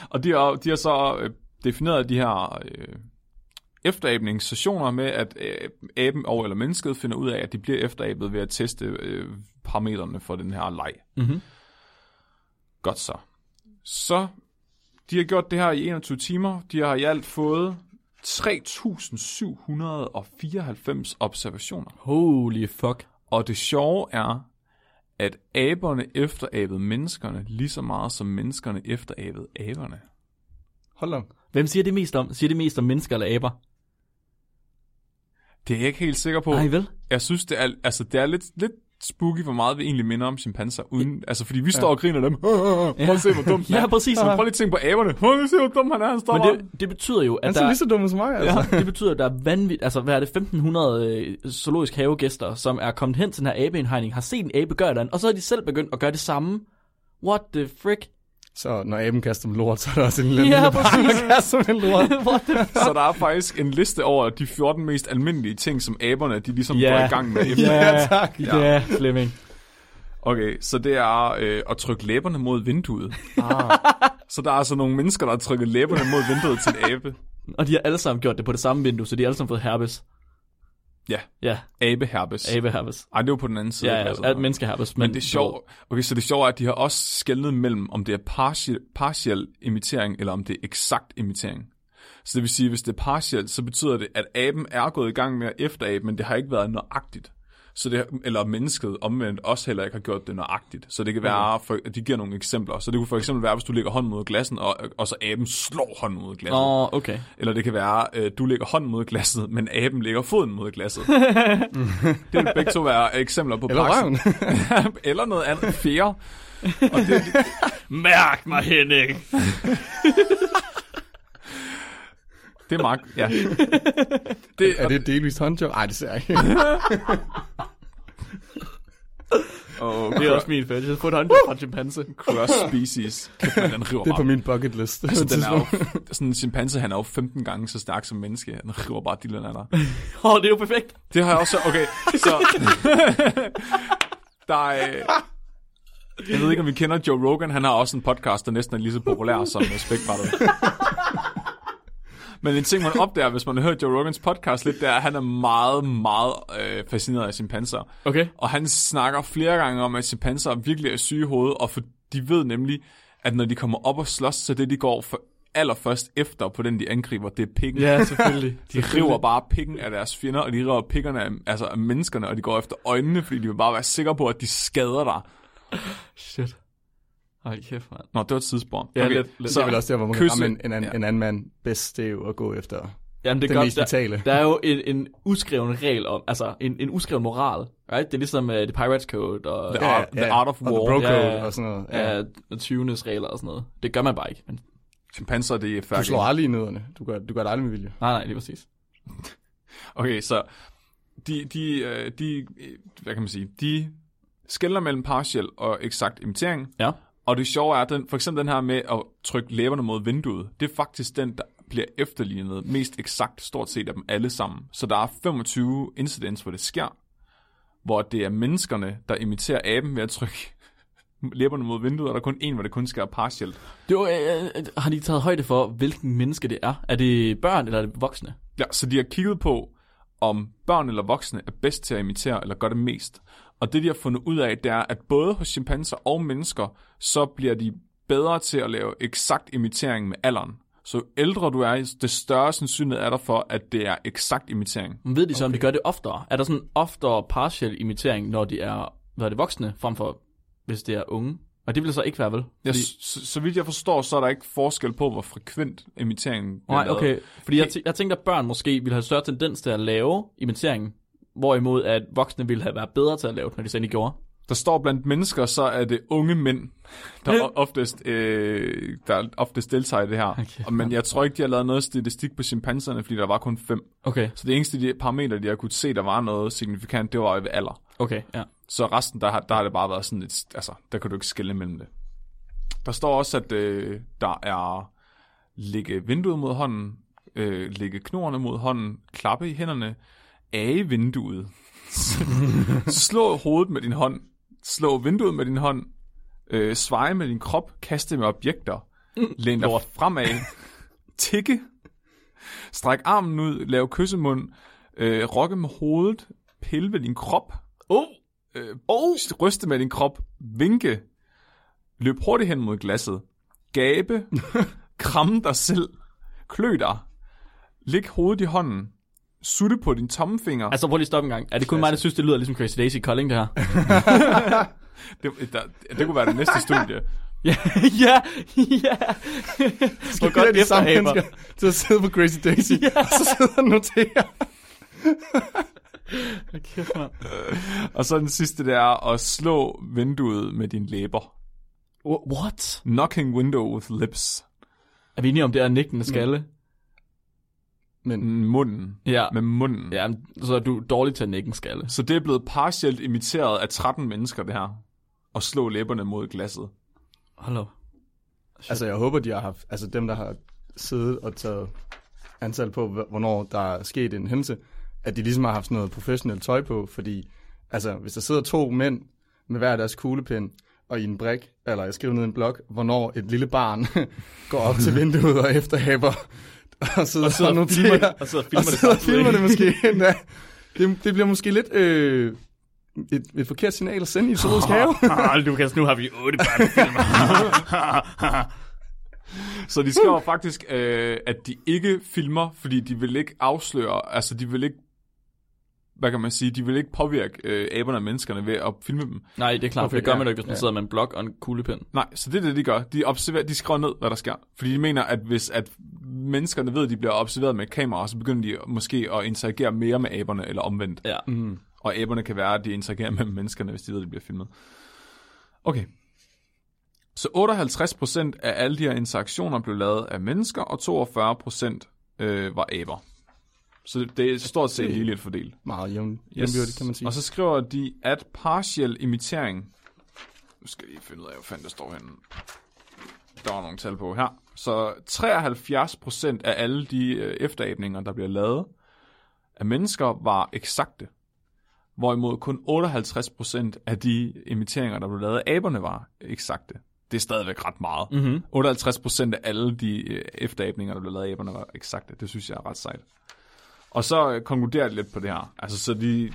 Speaker 3: Og de har, de har så øh, defineret de her øh, efterabningssessioner med, at øh, aben og eller mennesket finder ud af, at de bliver efterabet ved at teste øh, parametrene for den her leg.
Speaker 2: Mhm.
Speaker 3: Godt så. Så de har gjort det her i 21 timer. De har i alt fået 3.794 observationer.
Speaker 2: Holy fuck.
Speaker 3: Og det sjove er, at aberne efterabede menneskerne lige så meget, som menneskerne efterabede aberne.
Speaker 1: Hold da.
Speaker 2: Hvem siger det mest om? Siger det mest om mennesker eller aber?
Speaker 3: Det er jeg ikke helt sikker på.
Speaker 2: Nej, vel?
Speaker 3: Jeg synes, det er, altså, det er lidt, lidt spooky, hvor meget vi egentlig minder om chimpanser. Uden, altså, fordi vi står og griner af dem. Prøv at se, hvor dum han
Speaker 2: Ja,
Speaker 3: er.
Speaker 2: præcis.
Speaker 3: Men Prøv lige at tænke på aberne. Prøv lige at se, hvor dum han er. Han står
Speaker 2: Men
Speaker 3: bare.
Speaker 2: det, det betyder jo,
Speaker 1: Han
Speaker 2: at
Speaker 1: ser
Speaker 2: der,
Speaker 1: lige så dum ud som mig, altså.
Speaker 2: det betyder, at der er vanvittigt, altså hvad er det, 1500 øh, zoologisk havegæster, som er kommet hen til den her abeindhegning, har set en abe gøre et eller andet, og så har de selv begyndt at gøre det samme. What the frick?
Speaker 1: Så når aben kaster dem lort, så er der også en lille
Speaker 2: Ja,
Speaker 1: lille barn, der kaster dem lort.
Speaker 2: What the
Speaker 3: Så der er faktisk en liste over de 14 mest almindelige ting, som aberne de ligesom
Speaker 2: Ja.
Speaker 3: går i gang med. efter-
Speaker 1: Ja, tak.
Speaker 2: Ja, yeah, Flemming.
Speaker 3: Okay, så det er øh, at trykke læberne mod vinduet. Ah. så der er altså nogle mennesker, der har trykket læberne mod vinduet til en abe.
Speaker 2: Og de har alle sammen gjort det på det samme vindue, så de har alle sammen fået herpes.
Speaker 3: Ja,
Speaker 2: Ja,
Speaker 3: abeherpes. Abe.
Speaker 2: abeherpes.
Speaker 3: Ej, det var på den anden side.
Speaker 2: Ja,
Speaker 3: af glasset.
Speaker 2: ja, alt menneskeherpes.
Speaker 3: Men det er sjovt. Okay, så det sjove er, at de har også skældnet mellem, om det er partiel, partiel imitering, eller om det er eksakt imitering. Så det vil sige, at hvis det er partielt, så betyder det, at aben er gået i gang med at efterabe, men det har ikke været nøjagtigt. Så det, eller mennesket omvendt også heller ikke har gjort det nøjagtigt. Så det kan være, for, at de giver nogle eksempler. Så det kunne for eksempel være, hvis du lægger hånden mod glassen, og, og så aben slår hånden mod glasset.
Speaker 2: Åh, oh, okay.
Speaker 3: Eller det kan være, øh, du lægger hånden mod glasset, men aben lægger foden mod glasset. det vil begge to være eksempler på
Speaker 1: Eller
Speaker 3: partiel-
Speaker 1: røven.
Speaker 3: eller noget andet fjerde.
Speaker 2: Mærk mig, Henning!
Speaker 3: Det er Mark, ja. Det,
Speaker 1: er det et delvist håndjob? Nej, det ser jeg ikke.
Speaker 3: Og
Speaker 2: Det er også min fetish. Få et håndklæde fra en chimpanse.
Speaker 3: cross-species. Kæft, man, den river
Speaker 1: Det er på
Speaker 3: bare.
Speaker 1: min bucket list.
Speaker 3: Altså, den er jo, sådan en chimpanse, han er jo 15 gange så stærk som menneske. Han river bare dillerne af dig.
Speaker 2: Åh, oh, det er jo perfekt.
Speaker 3: Det har jeg også... Okay, så... der er... øh, Jeg ved ikke, om vi kender Joe Rogan. Han har også en podcast, der næsten er lige så populær som øh, spækbrættet. Men en ting, man opdager, hvis man har hørt Joe Rogans podcast lidt, det er, at han er meget, meget øh, fascineret af chimpanser.
Speaker 2: Okay.
Speaker 3: Og han snakker flere gange om, at chimpanser virkelig er syge i hovedet, og for, de ved nemlig, at når de kommer op og slås, så det de går for, allerførst efter på den, de angriber, det er pikken.
Speaker 2: Ja, selvfølgelig.
Speaker 3: De river bare pikken af deres fjender, og de river pikkerne af, altså af menneskerne, og de går efter øjnene, fordi de vil bare være sikre på, at de skader dig.
Speaker 2: Shit. Ej, kæft, mand.
Speaker 3: Nå, det var et tidsspor.
Speaker 2: Ja, lidt- lidt.
Speaker 1: Det er vel også der, hvor man kan
Speaker 3: kysse-
Speaker 1: ramme en, en,
Speaker 3: ja.
Speaker 1: anden, en anden mand bedst. Det er jo at gå efter
Speaker 2: Jamen, det
Speaker 1: Den
Speaker 2: er godt.
Speaker 1: mest
Speaker 2: Der,
Speaker 1: vitale.
Speaker 2: der er jo en, en uskreven regel om, altså en, en uskreven moral, right? Det er ligesom uh, The Pirates Code og
Speaker 3: The Art, the art of
Speaker 1: og the
Speaker 3: War.
Speaker 1: bro
Speaker 2: Ja,
Speaker 1: code
Speaker 2: ja, ja.
Speaker 1: og sådan noget. Ja.
Speaker 2: ja. uh, 20'ernes regler og sådan noget. Det gør man bare ikke. Men,
Speaker 3: Chimpanser, det er
Speaker 1: Du
Speaker 3: færdigt.
Speaker 1: slår aldrig i nødderne. Du gør, du gør det aldrig med vilje.
Speaker 2: nej, nej, lige præcis.
Speaker 3: Okay, så de, de, øh, de, øh, hvad kan man sige, de skældner mellem partiel og eksakt imitering.
Speaker 2: Ja.
Speaker 3: Og det sjove er, at den, for eksempel den her med at trykke læberne mod vinduet, det er faktisk den, der bliver efterlignet mest eksakt stort set af dem alle sammen. Så der er 25 incidents, hvor det sker, hvor det er menneskerne, der imiterer aben ved at trykke læberne mod vinduet, og der er kun en, hvor det kun sker partielt.
Speaker 2: Det var, øh, øh, har de taget højde for, hvilken menneske det er? Er det børn, eller er det voksne?
Speaker 3: Ja, så de har kigget på, om børn eller voksne er bedst til at imitere, eller gør det mest. Og det, de har fundet ud af, det er, at både hos chimpanser og mennesker, så bliver de bedre til at lave eksakt imitering med alderen. Så jo ældre du er, det større sandsynlighed er der for, at det er eksakt imitering.
Speaker 2: Men ved de så, om de gør det oftere? Er der sådan oftere partiel imitering, når de er, hvad er det, voksne, frem for hvis det er unge? Og det vil så ikke være, vel?
Speaker 3: Ja,
Speaker 2: Fordi-
Speaker 3: så, så vidt jeg forstår, så er der ikke forskel på, hvor frekvent imiteringen bliver
Speaker 2: Nej,
Speaker 3: lavet.
Speaker 2: okay. Fordi jeg, tæ- jeg tænkte, at børn måske ville have større tendens til at lave imiteringen, hvorimod at voksne ville have været bedre til at lave det, når de selv ikke gjorde.
Speaker 3: Der står blandt mennesker, så er det unge mænd, der o- oftest, øh, der oftest deltager i det her.
Speaker 2: Okay.
Speaker 3: Okay. Men jeg tror ikke, de har lavet noget statistik på chimpanserne, fordi der var kun fem.
Speaker 2: Okay,
Speaker 3: Så det eneste de parameter, de har kunne se, der var noget signifikant, det var jo ved alder.
Speaker 2: okay, ja.
Speaker 3: Så resten, der har, der har det bare været sådan et... Altså, der kan du ikke skille mellem det. Der står også, at øh, der er lægge vinduet mod hånden, øh, lægge knorene mod hånden, klappe i hænderne, age vinduet, slå hovedet med din hånd, slå vinduet med din hånd, øh, sveje med din krop, kaste med objekter, læn dig fremad, tikke, stræk armen ud, lav kyssemund, øh, rokke med hovedet, pille ved din krop,
Speaker 2: Oh,
Speaker 3: øh, og ryste med din krop, vinke, løb hurtigt hen mod glasset, gabe, kramme dig selv, klø dig, læg hovedet i hånden, sutte på din tommefinger. Altså,
Speaker 2: altså prøv lige at stoppe en gang. Er det kun mig, der synes, det lyder ligesom Crazy Daisy Calling, det her?
Speaker 3: det, der, det kunne være det næste studie.
Speaker 2: ja, ja, ja.
Speaker 1: Skal vi de samme mennesker til at sidde på Crazy Daisy, og så sidder og noterer.
Speaker 3: Og så den sidste, det er at slå vinduet med dine læber.
Speaker 2: What?
Speaker 3: Knocking window with lips.
Speaker 2: Er vi enige om, det er nikkende skalle?
Speaker 1: Men
Speaker 3: Munden.
Speaker 2: Mm. Ja.
Speaker 3: Med munden.
Speaker 2: Ja, men så er du dårlig til at nikke en skalle.
Speaker 3: Så det er blevet partielt imiteret af 13 mennesker, det her. Og slå læberne mod glasset.
Speaker 2: Hold op.
Speaker 1: altså, jeg håber, de har haft, altså dem, der har siddet og taget antal på, hv- hvornår der er sket en hændelse, at de ligesom har haft sådan noget professionelt tøj på, fordi altså, hvis der sidder to mænd med hver deres kuglepen, og i en brik, eller jeg skriver ned i en blok, hvornår et lille barn går op til vinduet og efterhaber, og sidder og,
Speaker 2: sidder
Speaker 1: sidder
Speaker 2: og
Speaker 1: og
Speaker 2: filmer det,
Speaker 1: noterer,
Speaker 2: og sidder og filmer
Speaker 1: og
Speaker 2: det
Speaker 1: sidder og
Speaker 2: samtidig.
Speaker 1: filmer det måske endda. Det, det bliver måske lidt øh, et, et forkert signal at sende i zoologisk have.
Speaker 2: Ah, Lukas, nu har vi otte børn.
Speaker 3: Så de skriver faktisk, øh, at de ikke filmer, fordi de vil ikke afsløre, altså de vil ikke, hvad kan man sige, de vil ikke påvirke øh, aberne og menneskerne ved at filme dem.
Speaker 2: Nej, det er klart, okay,
Speaker 1: Okay,
Speaker 2: det gør
Speaker 1: ja,
Speaker 2: man jo ikke, hvis man
Speaker 1: ja.
Speaker 2: sidder med en blok og en kuglepen.
Speaker 3: Nej, så det er det, de gør. De, observerer, de skriver ned, hvad der sker. Fordi de mener, at hvis at menneskerne ved, at de bliver observeret med et kamera, så begynder de måske at interagere mere med aberne, eller omvendt.
Speaker 2: Ja.
Speaker 3: Og aberne kan være, at de interagerer med menneskerne, hvis de ved, at de bliver filmet. Okay. Så 58% af alle de her interaktioner blev lavet af mennesker, og 42% øh, var aber. Så det- det er stort set ligeligt fordelt.
Speaker 1: Meget jævn, jævnbyrdigt, kan man sige.
Speaker 3: Og så skriver de, at partiel imitering... Nu skal jeg lige finde ud af, hvor fanden der står henne. Der var nogle tal på her. Så 73% af alle de øh, efterabninger, der bliver lavet af mennesker, var eksakte. Hvorimod kun 58% af de imiteringer, der blev lavet af aberne, var eksakte. Det er stadigvæk ret meget.
Speaker 2: Mhm.
Speaker 3: 58% af alle de øh, efterabninger, der blev lavet af aberne, var eksakte. Det synes jeg er ret sejt. Og så øh, konkluderer de lidt på det her. Altså, så de,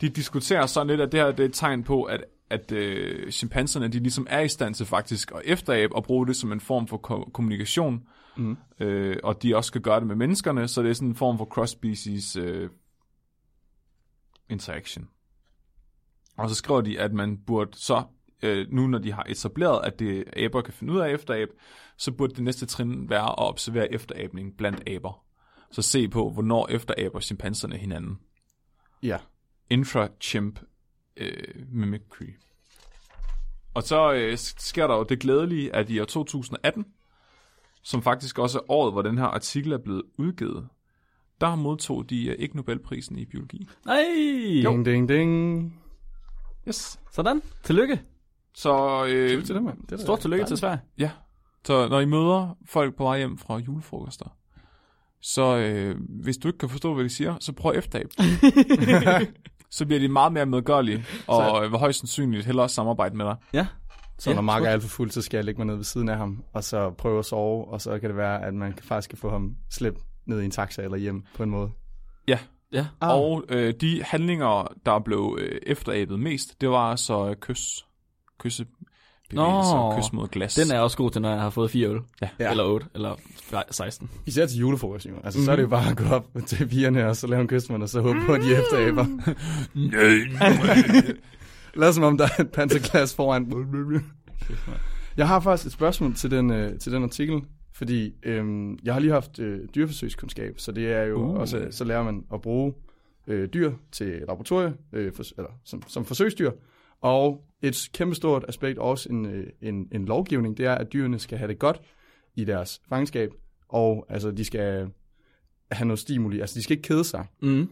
Speaker 3: de diskuterer sådan lidt, at det her det er et tegn på, at, at øh, chimpanserne, de ligesom er i stand til faktisk at efterabe og bruge det som en form for ko- kommunikation. Mm. Øh, og de også kan gøre det med menneskerne, så det er sådan en form for cross-species øh, interaction. Og så skriver de, at man burde så, øh, nu når de har etableret, at det aber kan finde ud af efterab, så burde det næste trin være at observere efterabning blandt aber. Så se på, hvornår efteraber chimpanserne hinanden
Speaker 1: Ja.
Speaker 3: intra-chimp øh, mimicry. Og så øh, sker der jo det glædelige, at i år 2018, som faktisk også er året, hvor den her artikel er blevet udgivet, der modtog de øh, ikke Nobelprisen i biologi.
Speaker 2: Nej! Jo.
Speaker 1: Ding, ding, ding.
Speaker 3: Yes.
Speaker 2: Sådan. Tillykke.
Speaker 3: Så, øh,
Speaker 1: Det er det, mand. Det er da
Speaker 2: Stort tillykke til Sverige.
Speaker 3: ja. så når I møder folk på vej hjem fra julefrokoster, så øh, hvis du ikke kan forstå, hvad de siger, så prøv efter Så bliver de meget mere medgørlige, og øh, vil højst sandsynligt hellere samarbejde med dig.
Speaker 2: Ja.
Speaker 1: Så når Mark er alt for fuld, så skal jeg lægge mig ned ved siden af ham, og så prøve at sove, og så kan det være, at man kan faktisk kan få ham slæbt ned i en taxa eller hjem på en måde.
Speaker 3: Ja,
Speaker 2: Ja.
Speaker 1: Ah.
Speaker 3: Og øh, de handlinger, der blev øh, efterabet mest, det var så øh, kys, kyssebevægelser,
Speaker 2: Nå.
Speaker 3: Nå, kys mod glas.
Speaker 2: Den er jeg også god til, når jeg har fået 4 øl.
Speaker 1: Ja.
Speaker 2: Eller 8, eller 16.
Speaker 1: Især til julefrokost, jo. Altså, mm-hmm. så er det jo bare at gå op til pigerne, og så lave en kysmund, og så håbe på, at de efteraber. Lad som om, der er et panserglas foran. Jeg har faktisk et spørgsmål til den, øh, til den artikel, fordi øhm, jeg har lige haft øh, dyreforsøgskundskab, så det er jo
Speaker 3: Uh.
Speaker 1: uh. også, så lærer man at bruge øh, dyr til laboratorie, øh, for, eller som, som forsøgsdyr, og et kæmpestort aspekt, også en, øh, en, en lovgivning, det er, at dyrene skal have det godt i deres fangenskab, og altså, de skal have noget stimuli, altså de skal ikke kede sig
Speaker 2: Mm.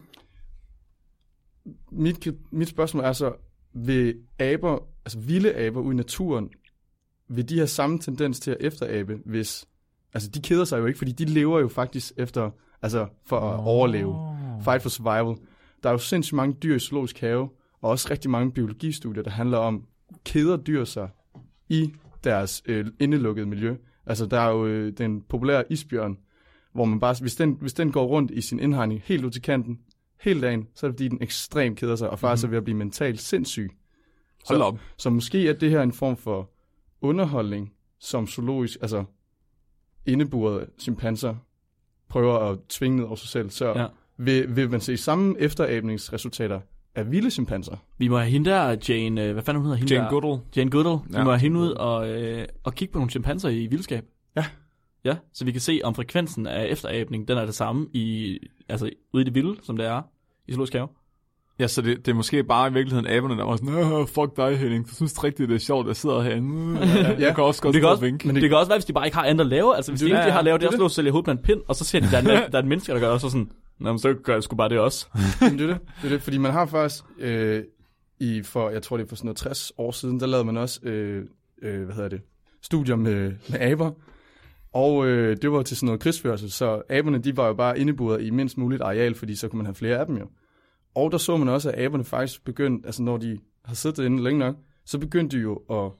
Speaker 1: mit, mit spørgsmål er så, vil aber, altså vilde aber ude i naturen, vil de have samme tendens til at efterabe, hvis, altså de keder sig jo ikke, fordi de lever jo faktisk efter, altså for at overleve, fight for survival. Der er jo sindssygt mange dyr i zoologisk have, og også rigtig mange biologistudier, der handler om, keder dyr sig i deres øh, indelukkede miljø. Altså der er jo øh, den populære isbjørn, hvor man bare, hvis den, hvis den går rundt i sin indhegning helt ud til kanten, hele dagen, så er det fordi, den ekstremt keder sig, og faktisk er ved at blive mentalt sindssyg.
Speaker 3: Hold
Speaker 1: Så-
Speaker 3: op.
Speaker 1: Så måske er det her en form for underholdning, som zoologisk, altså indeburet chimpanser, prøver at tvinge ned over sig selv. Så
Speaker 2: Ja.
Speaker 1: ja. vil, vil man se samme efterabningsresultater af vilde chimpanser?
Speaker 2: Vi må have hende der, Jane... øh, Hvad fanden hun hedder hende
Speaker 3: Jane
Speaker 2: der?
Speaker 3: Goodall.
Speaker 2: Jane Goodall. Vi
Speaker 3: Ja,
Speaker 2: må have
Speaker 3: Jane
Speaker 2: hende ud og, øh, og kigge på nogle chimpanser i vildskab.
Speaker 1: Ja.
Speaker 2: Ja, så vi kan se, om frekvensen af efterabning, den er det samme i, altså, ude i det vilde, som det er i zoologisk have.
Speaker 3: Ja, så det, det er måske bare i virkeligheden aberne, der var sådan, "Nå, fuck dig Henning, du synes rigtigt, det er sjovt, jeg sidder herinde. Ja, ja. Jeg kan også godt
Speaker 2: Det
Speaker 3: det
Speaker 2: kan,
Speaker 3: også...
Speaker 2: også,
Speaker 3: vinke.
Speaker 2: men det, det kan også være, hvis de bare ikke har andet at lave. Altså, hvis de
Speaker 1: Det-
Speaker 2: ikke
Speaker 1: ja,
Speaker 2: de har
Speaker 1: ja,
Speaker 2: lavet det,
Speaker 1: det er
Speaker 2: og slår sig i hovedet med en pind, og så ser de, der er, en, der er en menneske, der gør det, og så sådan, Nå, men så gør jeg sgu bare det også.
Speaker 1: Jamen, det, er det. det er det, fordi man har faktisk, øh, i for, jeg tror det er for sådan noget 60 år siden, der lavede man også, øh, øh, hvad hedder det, studier med, med aber, og øh, det var til sådan noget krigsførelse, så aberne de var jo bare indeburet i mindst muligt areal, fordi så kunne man have flere af dem jo. Og der så man også, at aberne faktisk begyndte, altså når de har siddet derinde længe nok, så begyndte de jo at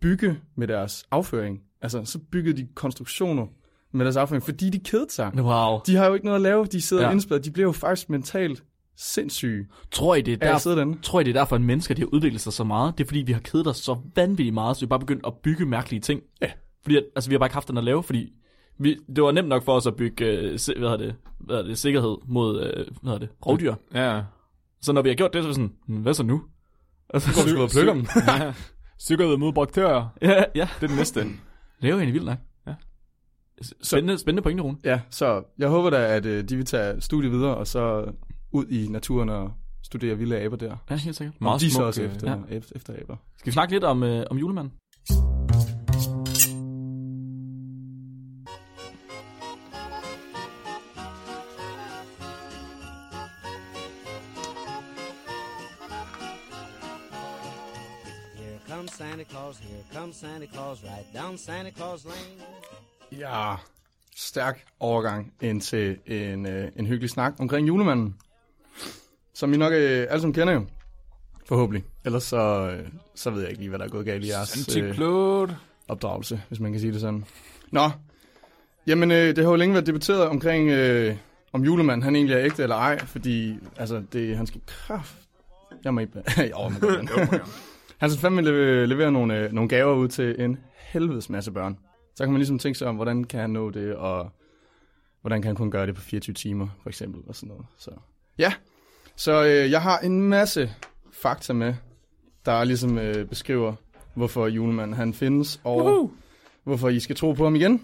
Speaker 1: bygge med deres afføring. Altså så byggede de konstruktioner med deres afføring, fordi de kedede sig.
Speaker 2: Wow.
Speaker 1: De har jo ikke noget at lave, de sidder
Speaker 2: Ja.
Speaker 1: ja. indspærret, de bliver jo faktisk mentalt sindssyge
Speaker 2: Tror I, det er
Speaker 1: af
Speaker 2: der,
Speaker 1: at sidde derinde.
Speaker 2: Tror I, det er derfor, at mennesker de har udviklet sig så meget? Det er, fordi vi har kedet os så vanvittigt meget, så vi bare begyndt at bygge mærkelige ting. Ja. Fordi at, altså, vi har bare ikke haft den at lave, fordi vi, det var nemt nok for os at bygge øh, si- hvad hedder det, hvad hedder det, sikkerhed mod øh, hvad hedder det, rovdyr.
Speaker 3: Ja,
Speaker 2: Så når vi har gjort det, så er vi sådan, "Hmm, hvad så nu? Altså,
Speaker 1: Går vi sgu og plukker dem?
Speaker 3: ja. Sikkerhed mod bakterier,
Speaker 2: ja, ja,
Speaker 3: det er det næste.
Speaker 2: det er jo egentlig vildt nok.
Speaker 3: Ja.
Speaker 2: S- Spændende, spændende pointe, Rune.
Speaker 1: Ja, så jeg håber da, at øh, de vil tage studiet videre, og så ud i naturen og studere vilde aber der.
Speaker 2: Ja, helt sikkert.
Speaker 1: Og
Speaker 3: Meget
Speaker 1: de er så
Speaker 3: smuk,
Speaker 1: også
Speaker 3: øh,
Speaker 1: efter, ja. efter, efter aber.
Speaker 2: Skal vi snakke lidt om, øh, om julemanden?
Speaker 5: comes Santa Claus, here comes Santa Claus, right down Santa Claus Lane.
Speaker 1: Ja, stærk overgang ind til en, øh, en hyggelig snak omkring julemanden, som I nok øh, alle sammen kender jo, forhåbentlig. Ellers så, øh, så ved jeg ikke lige, hvad der er gået galt i jeres øh,
Speaker 3: Antiklode.
Speaker 1: opdragelse, hvis man kan sige det sådan. Nå, jamen øh, det har jo længe været debatteret omkring, øh, om julemanden han egentlig er ægte eller ej, fordi altså, det, han skal kraft... Jeg må ikke... jo, man kan godt, men- Han skal fandme leve- levere nogle, øh, nogle gaver ud til en helvedes masse børn. Så kan man ligesom tænke sig om, hvordan kan han nå det, og hvordan kan han kun gøre det på 24 timer, for eksempel, og sådan noget. Så, ja, så øh, jeg har en masse fakta med, der ligesom øh, beskriver, hvorfor julemanden han findes, og Woohoo! hvorfor I skal tro på ham igen.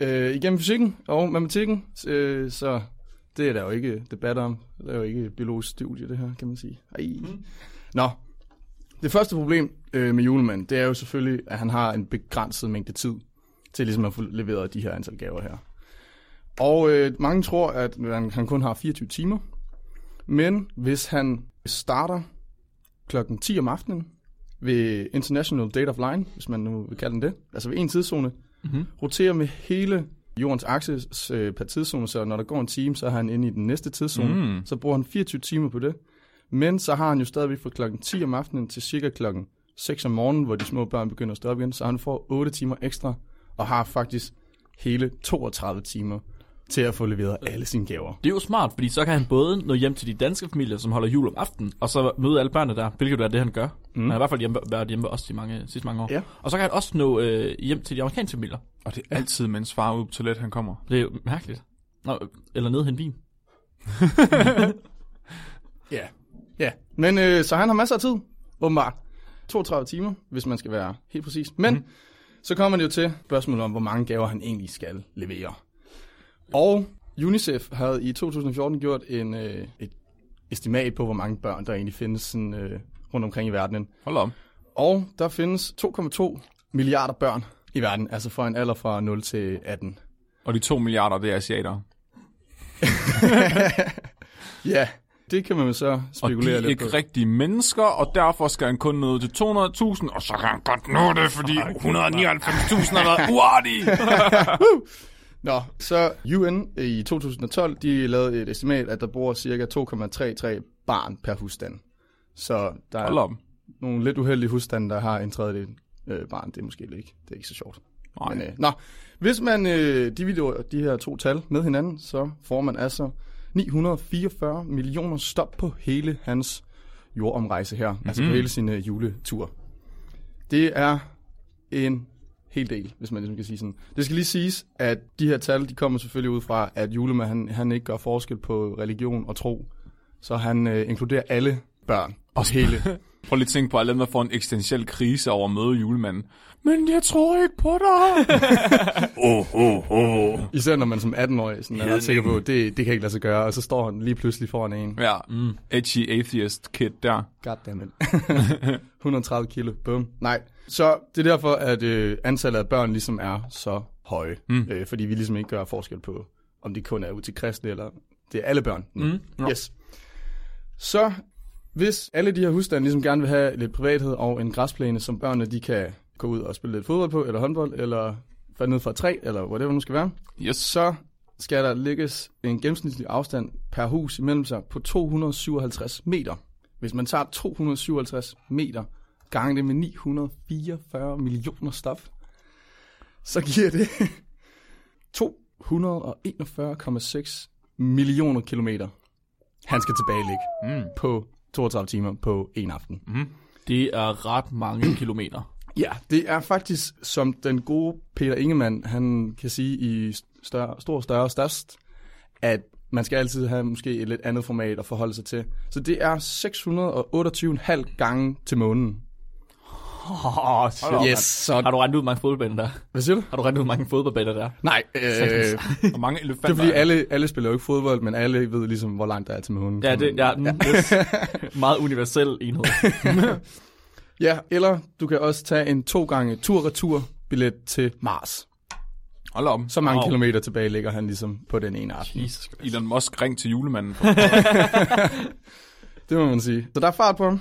Speaker 1: Øh, igennem fysikken og matematikken, øh, så det er der jo ikke debat om. Det er jo ikke et biologisk studie, det her, kan man sige. Ej. Nå, det første problem øh, med julemanden, det er jo selvfølgelig, at han har en begrænset mængde tid til ligesom at få leveret de her antal gaver her. Og øh, mange tror, at han, han kun har 24 timer. Men hvis han starter klokken 10 om aftenen ved International Date of Line, hvis man nu vil kalde den det, altså ved en tidszone, mm-hmm. roterer med hele jordens akse øh, per tidszone, så når der går en time, så er han inde i den næste tidszone, mm. så bruger han 24 timer på det. Men så har han jo stadigvæk fra klokken 10 om aftenen til cirka klokken 6 om morgenen, hvor de små børn begynder at stå op igen, så han får 8 timer ekstra, og har faktisk hele 32 timer til at få leveret alle sine gaver.
Speaker 2: Det er jo smart, fordi så kan han både nå hjem til de danske familier, som holder jul om aftenen, og så møde alle børnene der, hvilket jo er det, han gør. Mm. Han har i hvert fald hjemme, været hjemme ved os de mange, sidste mange år.
Speaker 1: Ja.
Speaker 2: Og så kan han også nå øh, hjem til de amerikanske familier.
Speaker 3: Og det er altid, mens far er ude på toilet, han kommer.
Speaker 2: Det er jo mærkeligt. Nå, eller ned hen vin.
Speaker 1: Ja. Ja. Men øh, så han har masser af tid, åbenbart. 32 timer, hvis man skal være helt præcis. Men
Speaker 3: Mhm.
Speaker 1: mm. så kommer det jo til spørgsmålet om, hvor mange gaver han egentlig skal levere. Og UNICEF havde i 2014 gjort en, øh, et estimat på, hvor mange børn, der egentlig findes sådan, øh, rundt omkring i verdenen.
Speaker 3: Hold da op.
Speaker 1: Og der findes 2,2 milliarder børn i verden, altså fra en alder fra 0 til 18.
Speaker 3: Og de to milliarder, det er asiater.
Speaker 1: Ja, det kan man jo så
Speaker 3: Og de
Speaker 1: spekulere
Speaker 3: er
Speaker 1: lidt på.
Speaker 3: ikke rigtige mennesker, og derfor skal han kun nå til 200.000, og så kan han godt nå det, fordi 199.000 har været uartige.
Speaker 1: Nå, så UN i 2012, de lavede et estimat, at der bor cirka 2,33 barn per husstand. Så der
Speaker 3: Hold
Speaker 1: er
Speaker 3: op.
Speaker 1: nogle lidt uheldige husstande, der har en tredjedel øh, barn. Det er måske ikke, det er ikke så sjovt.
Speaker 3: Nej.
Speaker 1: Men, øh, nå, hvis man øh, dividerer de her to tal med hinanden, så får man altså 944 millioner stop på hele hans jordomrejse her. Mm-hmm. Altså på hele sin øh, juletur. Det er en hel del, hvis man ligesom kan sige sådan. Det skal lige siges, at de her tal, de kommer selvfølgelig ud fra, at julemanden han, han ikke gør forskel på religion og tro. Så han øh, inkluderer alle børn. Og hele
Speaker 3: Prøv lige at tænke på alle dem, der får en eksistentiel krise over at møde julemanden. Men jeg tror ikke på dig. oh, oh, oh.
Speaker 1: Især når man som 18-årig sådan, er ret sikker på, det, det kan ikke lade sig gøre, og så står han lige pludselig foran en.
Speaker 3: Ja, mm. edgy atheist kid der.
Speaker 1: Goddammit. 130 kilo, bum. Nej. Så det er derfor, at øh, antallet af børn ligesom er så høje. Mm. Øh, fordi vi ligesom ikke gør forskel på, om de kun er ud til kristne, eller det er alle børn. Mm. Yes. Så hvis alle de her husstande ligesom gerne vil have lidt privathed og en græsplæne, som børnene de kan gå ud og spille lidt fodbold på, eller håndbold, eller falde ned fra et træ, eller whatever det nu skal være,
Speaker 3: Yes.
Speaker 1: så skal der lægges en gennemsnitlig afstand per hus imellem sig på 257 meter. Hvis man tager 257 meter gange det med 944 millioner stof, så giver det 241,6 millioner kilometer. Han skal tilbagelægge mm. på 32 timer på en aften. Mm.
Speaker 2: Det er ret mange kilometer.
Speaker 1: Ja, det er faktisk, som den gode Peter Ingemann, han kan sige i større, stor, større og størst, at man skal altid have måske et lidt andet format at forholde sig til. Så det er 628,5 gange til månen.
Speaker 2: Oh, shit.
Speaker 1: Yes,
Speaker 2: Har
Speaker 1: så...
Speaker 2: du regnet ud, hvor mange fodboldbaner der er?
Speaker 1: Hvad siger du?
Speaker 2: Har du regnet ud, hvor mange fodboldbaner der er?
Speaker 1: Nej, øh, det
Speaker 3: Og mange elefanter.
Speaker 1: er fordi alle, alle spiller jo ikke fodbold, men alle ved ligesom, hvor langt der er til månen.
Speaker 2: Ja, det ja, mm, yes. meget universel enhed.
Speaker 1: ja, eller du kan også tage en to gange tur-retur billet til Mars.
Speaker 3: Hold op.
Speaker 1: Så mange
Speaker 2: Wow.
Speaker 1: wow. kilometer tilbage ligger han ligesom på den ene aften.
Speaker 2: Jesus.
Speaker 3: Elon Musk ring til julemanden.
Speaker 1: Det må man sige. Så der er fart på ham.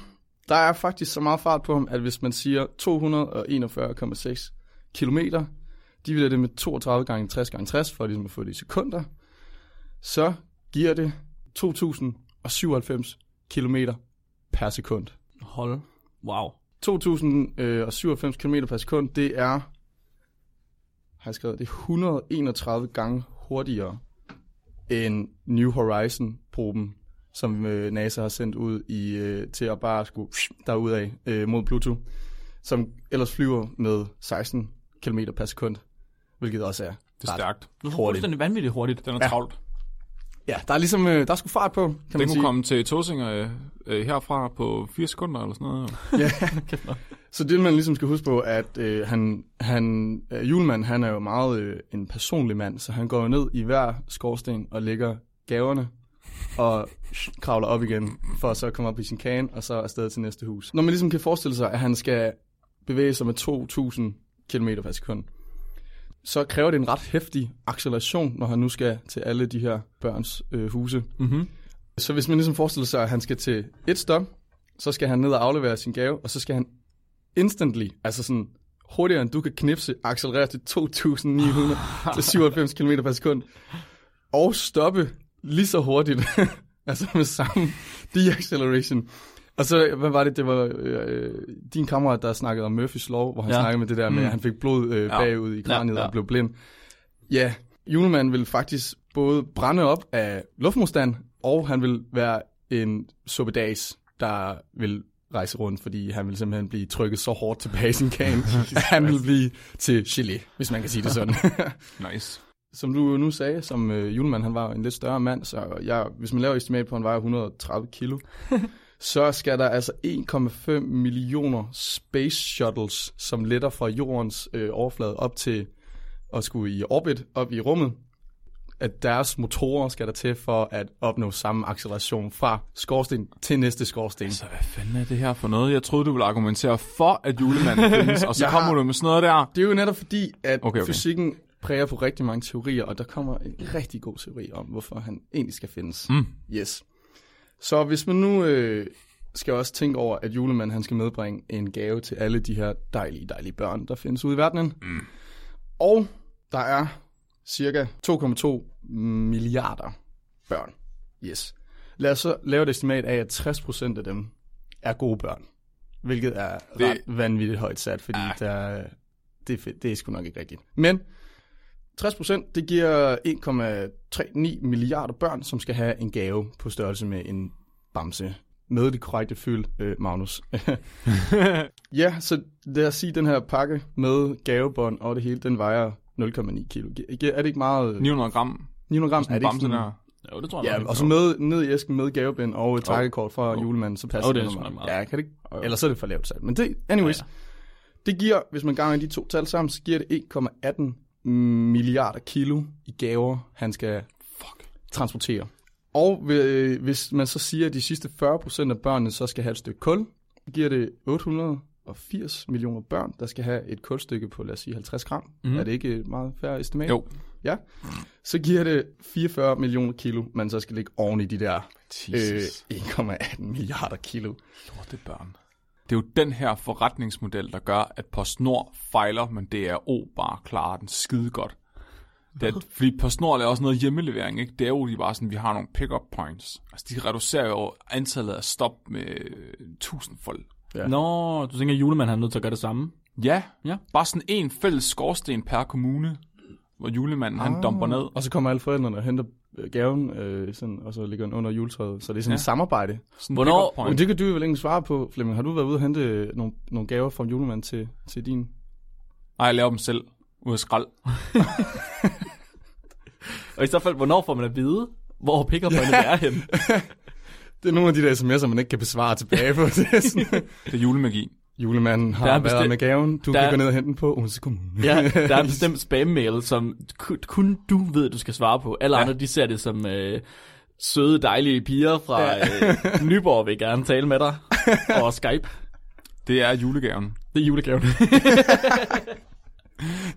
Speaker 1: Der er faktisk så meget fart på ham, at hvis man siger 241,6 kilometer, dividerer det med 32 gange 60 gange 60, for ligesom at få det i sekunder, så giver det 2097 kilometer per sekund.
Speaker 2: Hold. Wow.
Speaker 1: 2097 km per sekund, det er, har jeg skrevet, det er 131 gange hurtigere end New Horizon-proben, som øh, NASA har sendt ud i øh, til at bare skulle derudad øh, mod Pluto, som ellers flyver med 16 km per sekund, hvilket også er.
Speaker 3: Det er stærkt.
Speaker 2: Det er
Speaker 1: Hurtigt.
Speaker 2: fuldstændig vanvittigt hurtigt.
Speaker 3: Den er travlt. Ja,
Speaker 1: Ja, der er ligesom, øh, der er sgu fart på, kan man
Speaker 3: den
Speaker 1: sige.
Speaker 3: kunne komme til Tosinger øh, øh, herfra på 4 sekunder eller sådan noget.
Speaker 1: Så det, man ligesom skal huske på, er, at øh, han, han, øh, julemand, han er jo meget øh, en personlig mand, så han går jo ned i hver skorsten og lægger gaverne og kravler op igen, for at så komme op i sin kane, og så afsted til næste hus. Når man ligesom kan forestille sig, at han skal bevæge sig med 2.000 km per sekund, så kræver det en ret hæftig acceleration, når han nu skal til alle de her børns øh, huse.
Speaker 3: Mhm.
Speaker 1: Så hvis man ligesom forestiller sig, at han skal til et stop, så skal han ned og aflevere sin gave, og så skal han instantly, altså sådan hurtigere end du kan knipse, accelerere til 2.900 til 97 km per sekund, og stoppe lige så hurtigt, altså med samme deacceleration. Og så, hvad var det, det var øh, din kammerat, der snakkede om Murphys lov, hvor han
Speaker 2: Ja.
Speaker 1: ja. snakkede med det der med, at han fik blod øh,
Speaker 3: Ja.
Speaker 1: bagud i kraniet ja,
Speaker 2: Ja, ja.
Speaker 1: ja. og blev blind. Ja, julemanden vil faktisk både brænde op af luftmodstand, og han vil være en suppedags, der vil rejse rundt, fordi han vil simpelthen blive trykket så hårdt tilbage i sin kane, at han vil blive til gelé, hvis man kan sige det sådan.
Speaker 3: Nice.
Speaker 1: som du nu sagde, som øh, julemand, han var jo en lidt større mand, så jeg, hvis man laver et estimat på, at han vejer 130 kilo, så skal der altså 1,5 millioner space shuttles, som letter fra jordens øh, overflade op til at skulle i orbit, op i rummet, at deres motorer skal der til for at opnå samme acceleration fra skorsten til næste skorsten.
Speaker 3: Så hvad fanden er det her for noget? Jeg troede, du ville argumentere for, at julemanden findes, og så
Speaker 1: Jeg
Speaker 3: kommer
Speaker 1: har-
Speaker 3: du med sådan noget der.
Speaker 1: Det er jo netop fordi, at
Speaker 3: Okay,
Speaker 1: okay,
Speaker 3: okay.
Speaker 1: okay. fysikken præger på rigtig mange teorier, og der kommer en rigtig god teori om, hvorfor han egentlig skal findes.
Speaker 3: Mm.
Speaker 1: Yes. Så hvis man nu øh, skal også tænke over, at julemanden han skal medbringe en gave til alle de her dejlige, dejlige børn, der findes ude i verdenen. Mm. Og der er cirka 2,2 milliarder børn. Yes. Lad os så lave et estimat af, at 60% af dem er gode børn. Hvilket er det... ret vanvittigt højt sat, fordi ah. der, det, er fedt. det er sgu nok ikke rigtigt. Men 60% det giver 1,39 milliarder børn, som skal have en gave på størrelse med en bamse. Med det korrekte fyld, øh, Magnus. ja, så lad os sige, den her pakke med gavebånd og det hele, den vejer 0,9 kilo. Gi- Er det ikke meget?
Speaker 3: 900 gram.
Speaker 1: 900 gram,
Speaker 3: Sådan
Speaker 1: er
Speaker 3: en
Speaker 1: det ikke
Speaker 3: bamse
Speaker 1: sådan?
Speaker 3: der.
Speaker 2: Jo, det tror jeg
Speaker 1: Ja,
Speaker 2: nok.
Speaker 1: og så med, ned i æsken med gavebind og et takkekort fra oh. julemanden, så passer
Speaker 2: Åh, det er
Speaker 1: nok
Speaker 2: sgu nok
Speaker 1: meget.
Speaker 2: meget.
Speaker 1: Ja, kan det ikke? Ellers er det for lavt sat. Men det, anyways,
Speaker 2: Ja,
Speaker 1: ja, ja. det giver, hvis man ganger de to tal sammen, så giver det 1,18 milliarder kilo i gaver, han skal fuck, transportere. Og øh, hvis man så siger, at de sidste 40% af børnene så skal have et stykke kul, giver det 880 millioner børn, der skal have et kulstykke på, lad os sige, 50 gram. Mm. Er det ikke et meget færre estimat?
Speaker 3: Jo.
Speaker 1: Ja. Så giver det 44 millioner kilo, man så skal lægge oven i de der øh,
Speaker 3: Jesus.
Speaker 1: 1,18 milliarder kilo.
Speaker 3: Lorte børn. Det er jo den her forretningsmodel, der gør, at PostNord fejler, men DRO bare klarer den skide godt. Det er, fordi PostNord laver også noget hjemmelevering, ikke? Det er jo de bare sådan, vi har nogle pick-up points. Altså, de reducerer jo antallet af stop med øh, tusindfold.
Speaker 1: Ja.
Speaker 2: Nå, du tænker, at julemanden er nødt til at gøre det samme.
Speaker 3: Ja,
Speaker 2: Ja.
Speaker 3: bare sådan en fælles skorsten per kommune, hvor julemanden
Speaker 2: Ah.
Speaker 3: han dumper ned.
Speaker 1: Og så kommer alle forældrene og henter øh, gaven, øh, sådan, og så ligger den under juletræet. Så det er sådan ja. et samarbejde.
Speaker 3: Sådan en
Speaker 2: Hvornår-
Speaker 3: pick-up point.
Speaker 1: Men det kan du vel ikke svare på, Flemming. Har du været ude og hente øh, nogle, nogle gaver fra en julemand til, til din?
Speaker 3: Nej, jeg laver dem selv ud af skrald.
Speaker 2: Og i så fald, hvornår får man at vide, hvor pick up er henne?
Speaker 1: Det er nogle af de der sms'er, man ikke kan besvare tilbage på. Det er sådan,
Speaker 3: Det er julemagi.
Speaker 1: julemanden har
Speaker 2: Der er
Speaker 1: været
Speaker 2: bestemt-
Speaker 1: med gaven. Du
Speaker 2: der er-
Speaker 1: kan gå ned og hente den på Odense Kommune.
Speaker 2: ja, der er en bestemt spam-mail, som ku- kun du ved, du skal svare på. Alle ja. andre, de ser det som øh, søde, dejlige piger fra øh, Nyborg, vil gerne tale med dig. Og Skype.
Speaker 3: Det er julegaven.
Speaker 2: Det er julegaven.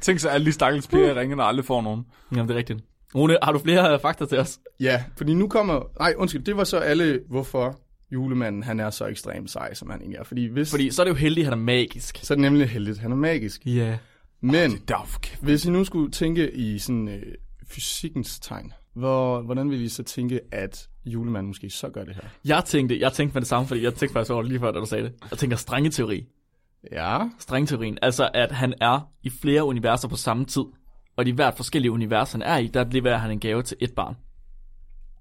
Speaker 3: Tænk så alle de stakkels piger, jeg ringer, der aldrig får nogen.
Speaker 2: Jamen, det er rigtigt. Rune, har du flere øh, fakta til os?
Speaker 1: Ja, fordi nu kommer... Nej, undskyld, det var så alle, hvorfor julemanden, han er så ekstremt sej, som han egentlig er. Fordi, hvis,
Speaker 2: Fordi så er det jo heldigt, at han er magisk.
Speaker 1: så er det nemlig heldigt, han er magisk.
Speaker 2: Ja. Yeah.
Speaker 1: Men
Speaker 3: Det er jo
Speaker 2: oh,
Speaker 3: kæft.
Speaker 1: hvis I nu skulle tænke i sådan øh, fysikkens tegn, hvor, hvordan vil I så tænke, at julemanden måske så gør det her?
Speaker 2: Jeg tænkte, jeg tænkte med det samme, fordi jeg tænkte faktisk over det lige før, da du sagde det. Jeg tænker strengeteori.
Speaker 1: Ja,
Speaker 2: Strengteorien. Altså, at han er i flere universer på samme tid. Og i hvert forskellige univers, han er i, der leverer han en gave til et barn.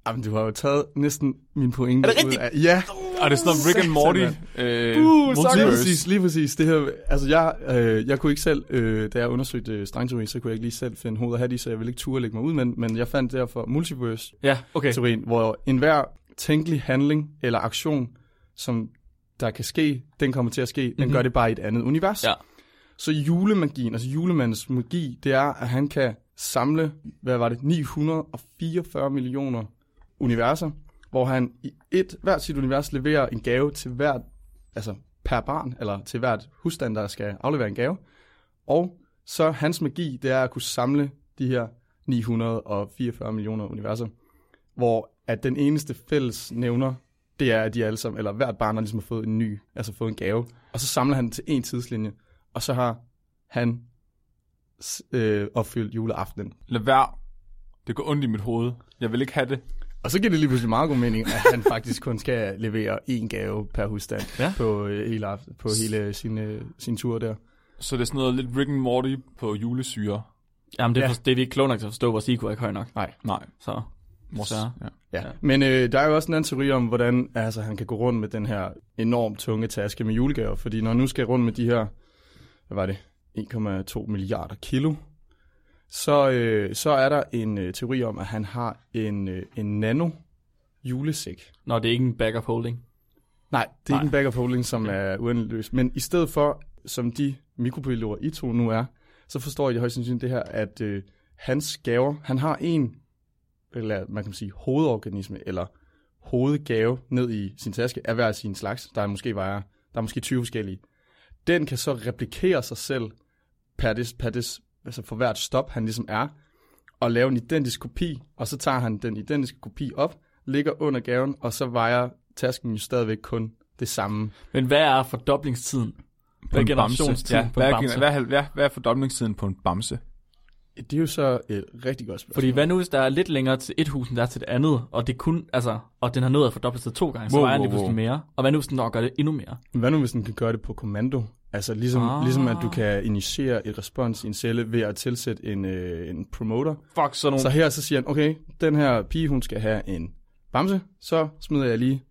Speaker 1: Jamen, du har jo taget næsten min pointe
Speaker 2: Er det
Speaker 1: ud
Speaker 2: rigtigt?
Speaker 1: af... Ja,
Speaker 3: Og det er sådan noget Rick and Morty. Øh,
Speaker 2: Uh,
Speaker 1: lige
Speaker 3: multiverse.
Speaker 1: præcis, lige præcis. Det her, altså, jeg, øh, jeg kunne ikke selv, øh, da jeg undersøgte øh, strengteorien, så kunne jeg ikke lige selv finde hovedet og hat i, så jeg ville ikke turde lægge mig ud, men, men jeg fandt derfor multiverse-teorien,
Speaker 2: Ja, okay.
Speaker 1: hvor enhver tænkelig handling eller aktion, som der kan ske, den kommer til at ske, den mm-hmm. gør det bare i et andet univers.
Speaker 2: Mhm. Ja.
Speaker 1: Så julemagien, altså julemandens magi, det er, at han kan samle, hvad var det, 944 millioner universer, hvor han i et, hvert sit univers leverer en gave til hvert, altså per barn, eller til hvert husstand, der skal aflevere en gave. Og så hans magi, det er at kunne samle de her 944 millioner universer, hvor at den eneste fælles nævner, det er, at de alle sammen, eller hvert barn har ligesom fået en ny, altså fået en gave, og så samler han den til en tidslinje, og så har han s- øh, opfyldt juleaftenen.
Speaker 3: Lad være. Det går ondt i mit hoved. Jeg vil ikke have det.
Speaker 1: Og så giver det lige pludselig meget god mening, at han faktisk kun skal levere én gave per husstand
Speaker 2: Ja.
Speaker 1: ja. på, øh, hele, aft- på hele sin, øh, sin tur der.
Speaker 3: Så det er sådan noget lidt Rick and Morty på julesyre.
Speaker 2: Jamen, det er,
Speaker 1: Ja.
Speaker 2: for, det er vi ikke kloge nok til at forstå, vores IQ er ikke høj nok.
Speaker 1: Nej.
Speaker 3: Nej.
Speaker 2: Så,
Speaker 3: Mors.
Speaker 2: så
Speaker 3: Ja.
Speaker 1: Ja. Men øh, der er jo også en anden teori om, hvordan altså, han kan gå rundt med den her enormt tunge taske med julegaver. Fordi når han nu skal rundt med de her, hvad var det, 1,2 milliarder kilo, så, øh, så er der en øh, teori om, at han har en, øh, en nano julesæk.
Speaker 2: Nå, det er ikke en backup holding.
Speaker 1: Nej, det er
Speaker 2: Nej.
Speaker 1: ikke en backup holding, som er uendeløs. Men i stedet for, som de mikrobiologer I to nu er, så forstår I det højst sandsynligt det her, at øh, hans gaver, han har en, eller man kan sige hovedorganisme, eller hovedgave ned i sin taske, af hver sin slags. Der er måske vejer, der er måske 20 forskellige. Den kan så replikere sig selv per, des, per des, altså for hvert stop, han ligesom er, og lave en identisk kopi, og så tager han den identiske kopi op, ligger under gaven, og så vejer tasken jo stadigvæk kun det samme.
Speaker 2: Men hvad er fordoblingstiden? Hvad er generationstiden
Speaker 3: ja.
Speaker 2: på
Speaker 3: hvad,
Speaker 2: en
Speaker 3: er,
Speaker 2: bamse?
Speaker 3: gener- hvad, er, hvad, er, hvad er fordoblingstiden på en bamse?
Speaker 1: Det er jo så et rigtig godt spørgsmål.
Speaker 2: Fordi hvad nu, hvis der er lidt længere til et hus, end der er til det andet, og, det kun, altså, og den har nået at fordoble sig to gange, så
Speaker 3: Wow,
Speaker 2: vejer den lige
Speaker 3: wow, wow.
Speaker 2: pludselig mere. Og hvad nu, hvis den når at gøre det endnu mere?
Speaker 1: Hvad nu, hvis den kan gøre det på kommando? Altså ligesom,
Speaker 2: Ah.
Speaker 1: ah. ligesom at du kan initiere et respons i en celle ved at tilsætte en, øh, en promoter.
Speaker 3: Fuck, sådan
Speaker 1: Så her så siger han, okay, den her pige, hun skal have en bamse, så smider jeg lige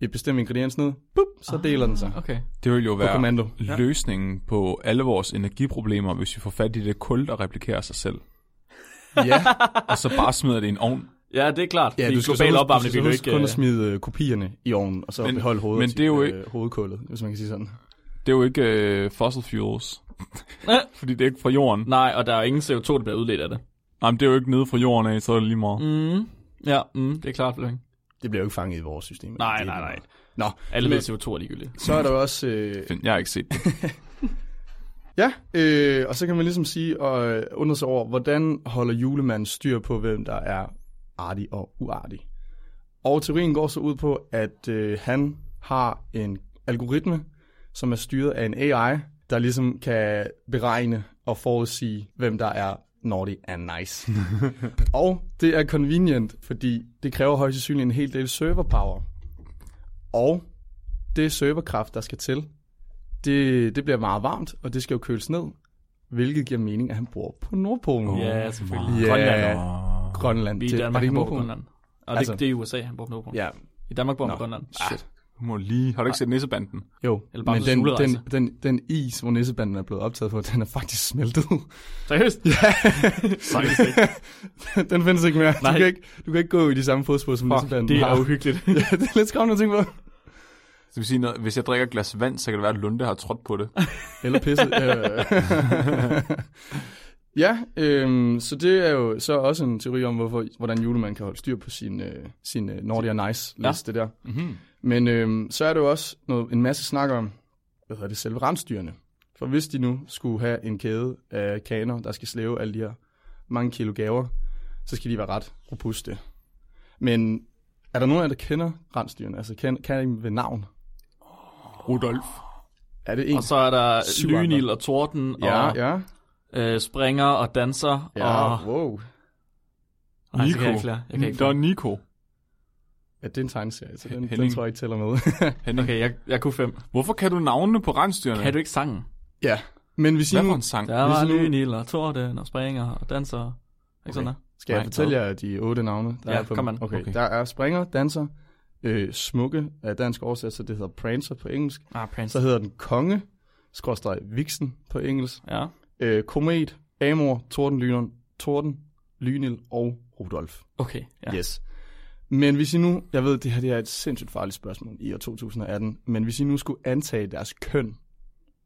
Speaker 1: et bestemt ingrediens ned, Bup, så deler den sig
Speaker 2: Okay.
Speaker 3: Det vil jo
Speaker 1: på
Speaker 3: være
Speaker 1: kommando.
Speaker 3: løsningen på alle vores energiproblemer, hvis vi får fat i det kul, der replikerer sig selv.
Speaker 1: Ja,
Speaker 3: Og så bare smider det i en ovn.
Speaker 2: Ja, det er klart.
Speaker 1: ja du skal så
Speaker 2: global
Speaker 1: huske-
Speaker 2: opvarmning
Speaker 1: du skal så
Speaker 2: vil jo
Speaker 1: huske
Speaker 2: ikke...
Speaker 1: kun
Speaker 2: øh,
Speaker 1: at smide øh, kopierne i ovnen, og så
Speaker 3: Men-
Speaker 1: beholde hovedet
Speaker 3: men
Speaker 1: til,
Speaker 3: det er jo
Speaker 1: øh,
Speaker 3: ikke-
Speaker 1: hovedkullet, hvis man kan sige sådan.
Speaker 3: Det er jo ikke øh, fossil fuels. Fordi det er ikke fra jorden.
Speaker 2: Nej, og der er jo ingen CO2, der bliver udledt af det.
Speaker 3: Nej, men det er jo ikke nede fra jorden af, så er det lige meget. Mm.
Speaker 2: Mm. Ja, mm, det er klart, Flemming.
Speaker 1: Det bliver jo ikke fanget i vores system.
Speaker 2: Nej,
Speaker 1: Det er
Speaker 2: nej,
Speaker 1: lige
Speaker 2: nej.
Speaker 1: meget. Nå,
Speaker 2: Alle ved at CO2 er ligegyldigt.
Speaker 1: så er der jo også... Øh,
Speaker 3: Jeg har ikke set det.
Speaker 1: ja, øh, og så kan man ligesom sige og øh, undre sig over, hvordan holder julemanden styr på, hvem der er artig og uartig. Og teorien går så ud på, at øh, han har en algoritme, som er styret af en AI, der ligesom kan beregne og forudsige, hvem der er naughty and nice. og det er convenient, fordi det kræver højst sandsynligt en hel del serverpower. Og det serverkraft, der skal til, det, det bliver meget varmt, og det skal jo køles ned, hvilket giver mening, at han bor på Nordpolen.
Speaker 2: Ja, selvfølgelig.
Speaker 1: Ja.
Speaker 2: Mm. Grønland.
Speaker 1: Grønland.
Speaker 2: Vi i
Speaker 1: Det-
Speaker 2: Danmark,
Speaker 1: er det
Speaker 2: han bor på
Speaker 1: Nordpolen?
Speaker 2: Grønland. Og
Speaker 1: Altså-
Speaker 2: det, det er i USA, han bor på Nordpolen.
Speaker 1: Ja,
Speaker 2: I Danmark bor han på
Speaker 1: Nå.
Speaker 2: Grønland. Ah,
Speaker 1: shit.
Speaker 3: Du må lige. Har du ikke set Nissebanden?
Speaker 1: Jo,
Speaker 2: Eller bare
Speaker 1: men
Speaker 2: med
Speaker 1: den,
Speaker 2: sulerejse.
Speaker 1: den, den, den is, hvor nissebanden er blevet optaget på, den er faktisk smeltet.
Speaker 2: Seriøst?
Speaker 1: Ja.
Speaker 2: Seriøst ikke.
Speaker 1: den findes ikke mere.
Speaker 2: Nej.
Speaker 1: Du kan ikke, du kan ikke gå i de samme fodspor, som nissebanden
Speaker 2: det
Speaker 1: har.
Speaker 2: er uhyggeligt.
Speaker 1: ja, det er lidt skræmmende at tænke på.
Speaker 3: Så det vil sige, når, hvis jeg drikker et glas vand, så kan det være, at Lunde har trådt på det.
Speaker 1: Eller pisse. øh. ja, øhm, så det er jo så også en teori om, hvorfor, hvordan julemanden kan holde styr på sin, øh, sin øh, Naughty and Nice-liste der.
Speaker 3: Mm-hmm.
Speaker 1: Men øhm, så er der jo også noget, en masse snak om, hvad hedder det, selve rensdyrene. For hvis de nu skulle have en kæde af kaner, der skal slæve alle de her mange kilo gaver, så skal de være ret robuste. Men Er der nogen af jer, der kender rensdyrene? Altså, kender, kender I dem ved navn?
Speaker 4: Rudolf.
Speaker 1: Er det en?
Speaker 2: Og så er der
Speaker 1: Syv
Speaker 2: lynil
Speaker 1: andre.
Speaker 2: og torden,
Speaker 1: ja,
Speaker 2: og
Speaker 1: ja,
Speaker 2: Øh, springer og danser.
Speaker 1: ja.
Speaker 2: og...
Speaker 1: wow.
Speaker 2: Ej, det kan jeg
Speaker 3: Nico.
Speaker 2: ikke flere. Jeg kan ikke
Speaker 3: Der er
Speaker 2: flere.
Speaker 3: Nico.
Speaker 1: Ja, det er en tegneserie, så den, den
Speaker 3: Henning.
Speaker 1: tror jeg ikke tæller med.
Speaker 2: Okay, jeg, jeg kunne fem.
Speaker 3: Hvorfor kan du navnene på rensdyrene?
Speaker 2: Kan du ikke sangen?
Speaker 1: ja, men hvis I
Speaker 3: Hvad
Speaker 1: nu...
Speaker 3: for en sang?
Speaker 2: Der var
Speaker 1: Hvis Ligesom nu-
Speaker 2: lynil og torden og springer og danser. Ikke okay. sådan der?
Speaker 1: Skal jeg
Speaker 2: Nej,
Speaker 1: fortælle jer de otte navne? Der
Speaker 2: Ja,
Speaker 1: er på,
Speaker 2: kom an.
Speaker 1: Okay.
Speaker 3: Okay.
Speaker 1: okay, der er Springer, Danser, øh, Smukke er dansk oversat, så det hedder Prancer på engelsk.
Speaker 2: Ah, Prince.
Speaker 1: Så hedder den Konge, skråstreg Vixen på engelsk.
Speaker 2: Ja.
Speaker 1: Øh, Komet, Amor, Tordenlyneren, Torden, Lynil og Rudolf.
Speaker 2: Okay, ja.
Speaker 1: Ja. Yes. Men hvis I nu, jeg ved, det her det er et sindssygt farligt spørgsmål i år 2018, men hvis I nu skulle antage deres køn,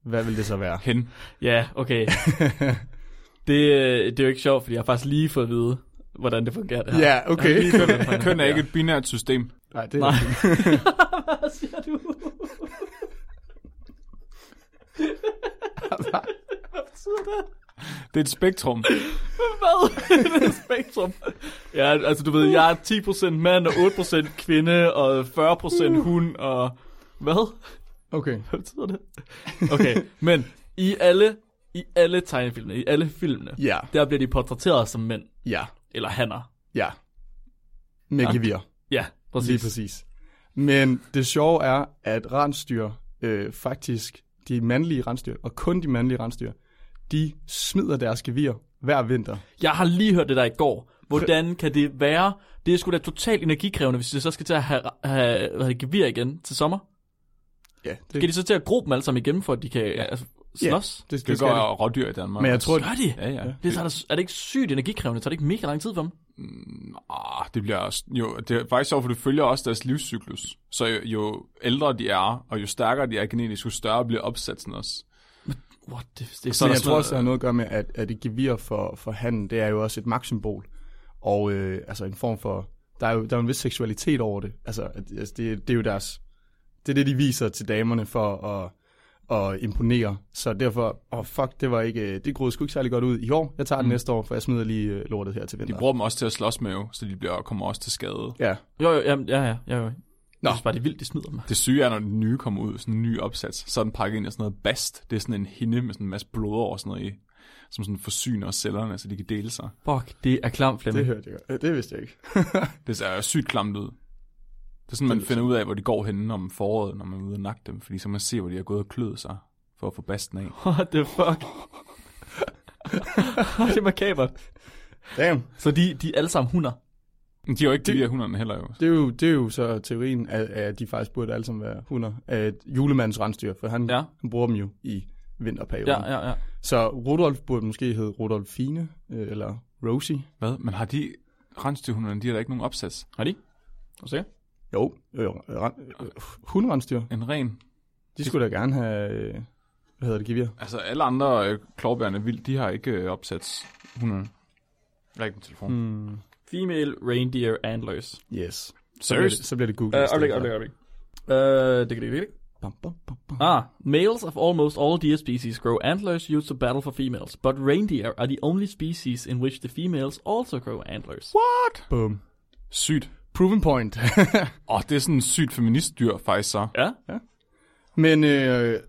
Speaker 1: hvad vil det så være?
Speaker 3: Hen.
Speaker 2: Ja, okay. det, øh, det er jo ikke sjovt, fordi jeg har faktisk lige fået at vide, hvordan det fungerer det her.
Speaker 1: ja, okay.
Speaker 3: Køn er ikke et binært system.
Speaker 1: Nej, det er
Speaker 2: Nej.
Speaker 1: Nej.
Speaker 2: Hvad siger du? Hvad betyder det?
Speaker 3: Det er et spektrum.
Speaker 2: Hvad? det er spektrum. Ja, altså du ved, jeg er 10% mand og 8% kvinde og
Speaker 1: Uh.
Speaker 2: 40% hund og... Hvad?
Speaker 1: Okay.
Speaker 2: Hvad betyder det? Okay, men i alle, i alle tegnefilmene, i alle filmene,
Speaker 1: Ja,
Speaker 2: der bliver de portrætteret som mænd,
Speaker 1: ja,
Speaker 2: eller hanner.
Speaker 1: ja. Med gevir.
Speaker 2: Ja, præcis.
Speaker 1: Lige præcis. Men det sjove er, at rensdyr øh, faktisk, de mandlige rensdyr, og kun de mandlige rensdyr, de smider deres gevir hver vinter.
Speaker 2: Jeg har lige hørt det der i går. Hvordan kan det være? Det er sgu da totalt energikrævende, hvis de så skal til at have, have hvad hedder det, gevir igen til sommer.
Speaker 1: Ja, det,
Speaker 2: Skal de så til at gro dem alle sammen igen, for at de kan ja. altså, slås?
Speaker 1: det, det,
Speaker 3: Det
Speaker 1: det
Speaker 3: går
Speaker 1: skal det.
Speaker 3: jo rådyr i Danmark.
Speaker 1: Men jeg tror,
Speaker 2: Gør de?
Speaker 3: Ja, ja.
Speaker 2: Det tager, da- er det ikke sygt energikrævende? Tager det ikke mega lang tid for dem?
Speaker 3: Ah, det bliver også- jo, det er faktisk sjovt, for det følger også deres livscyklus. Så jo, jo ældre de er, og jo stærkere de er genetisk, jo større bliver opsatsen også.
Speaker 2: What? Det, det er
Speaker 1: Så
Speaker 2: sådan
Speaker 1: jeg tror
Speaker 2: noget,
Speaker 1: også, det har noget at gøre med, at, at et gevir for, for handen, det er jo også et magtsymbol. Og øh, altså en form for, der er jo der er jo en vis seksualitet over det. Altså, at, altså det, det er jo deres, det er det, de viser til damerne for at, at imponere. Så derfor, åh oh fuck, det var ikke, øh, det groede sgu ikke særlig godt ud i år. Jeg tager det mm. næste år, for jeg smider lige øh, lortet her til
Speaker 3: De
Speaker 1: vinter.
Speaker 3: bruger dem også til at slås med, jo, så de bliver, kommer også til skade.
Speaker 1: Ja,
Speaker 2: Jo, jo, jamen, ja, ja, ja, jo. Nå.
Speaker 1: Nå.
Speaker 2: Jeg synes bare, det er vildt, de smider mig.
Speaker 3: Det syge er, når den nye kommer ud, sådan en ny opsats, så er den pakket ind i sådan noget bast. Det er sådan en hinde med sådan en masse blod over og sådan noget i, som sådan forsyner cellerne, så de kan dele sig.
Speaker 2: Fuck, det er klam
Speaker 1: det
Speaker 2: Flemming.
Speaker 1: hørte jeg godt. Øh, Det vidste jeg ikke.
Speaker 3: Det ser sygt klamt ud. Det er sådan, man finder ud af, hvor de går henne om foråret, når man er ude og nakke dem, fordi så man ser, hvor de har gået og kløet sig for at få basten af.
Speaker 2: What the fuck? det er makabert.
Speaker 1: Damn.
Speaker 2: Så de, de er alle sammen hunder.
Speaker 3: Men de har jo ikke de hunderne heller jo.
Speaker 1: Det er jo, det er jo så teorien, at, at de faktisk burde alle sammen være hunder. At julemandens rensdyr, for han,
Speaker 2: Ja.
Speaker 1: ja. han bruger dem jo i vinterperioden.
Speaker 2: Ja, ja, ja.
Speaker 1: Så Rudolf burde måske hedde Rudolfine, øh, eller Rosie.
Speaker 3: Hvad? Men har de rensdyrhunderne, de har da ikke nogen opsats?
Speaker 2: Har de? Er du sikker?
Speaker 1: Jo, jo, jo øh, ren- øh, hundrensdyr.
Speaker 3: En ren?
Speaker 1: De skulle da gerne have, øh, hvad hedder det, gevir.
Speaker 3: Altså alle andre øh, klovbærende vildt, de har ikke øh, opsats hunderne. Jeg har ikke min telefon. Mm.
Speaker 2: Female reindeer antlers.
Speaker 1: Yes. Så bliver, det,
Speaker 3: Seriøst?
Speaker 1: så bliver det Google.
Speaker 2: Øh,
Speaker 1: i stedet
Speaker 2: øjeblik,
Speaker 1: for.
Speaker 2: øjeblik, øjeblik. Øh, det kan det ikke.
Speaker 1: Bam, bam, bam, bam.
Speaker 2: Ah, males of almost all deer species grow antlers used to battle for females, but reindeer are the only species in which the females also grow antlers. What?
Speaker 1: Boom.
Speaker 3: Sygt.
Speaker 1: Proven point.
Speaker 3: Åh, oh, det er sådan en sygt feministdyr faktisk så.
Speaker 2: Ja,
Speaker 1: Men øh,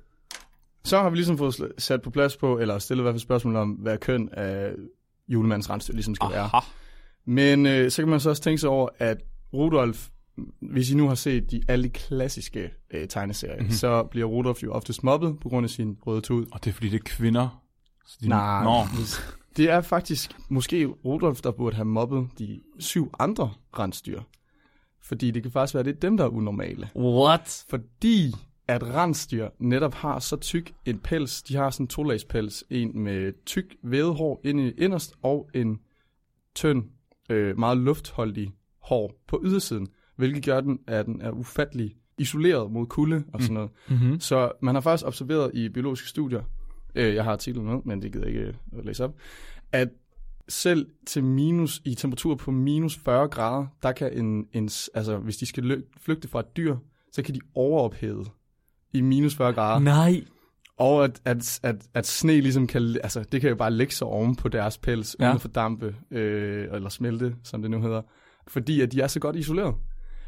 Speaker 1: så har vi ligesom fået sl- sat på plads på, eller stillet i hvert fald spørgsmål om, hvad køn af julemandens rensdyr ligesom skal være.
Speaker 3: Aha.
Speaker 1: Men øh, så kan man så også tænke sig over, at Rudolf, hvis I nu har set de alle de klassiske øh, tegneserier, mm-hmm. så bliver Rudolf jo ofte mobbet på grund af sin røde tud.
Speaker 3: Og det er fordi, det er kvinder. Så de,
Speaker 1: Nej.
Speaker 3: Nå.
Speaker 1: Det er faktisk måske Rudolf, der burde have mobbet de syv andre rensdyr. Fordi det kan faktisk være, at det er dem, der er unormale.
Speaker 2: What?
Speaker 1: Fordi at rensdyr netop har så tyk en pels. De har sådan en tolagspels. En med tyk vædehår inde i inderst, og en tynd, øh, meget luftholdig hår på ydersiden. Hvilket gør den, at den er ufattelig isoleret mod kulde og sådan noget. Mm-hmm. Så man har faktisk observeret i biologiske studier, øh, jeg har artiklen med, men det gider jeg ikke øh, at læse op, at selv til minus, i temperaturer på minus 40 grader, der kan en, en s- altså hvis de skal lø- flygte fra et dyr, så kan de overophede i minus 40 grader.
Speaker 2: Nej.
Speaker 1: Og at, at, at, at sne ligesom kan, altså det kan jo bare lægge sig oven på deres pels,
Speaker 2: Ja.
Speaker 1: ja. uden for dampe, øh, eller smelte, som det nu hedder. Fordi at de er så godt isoleret.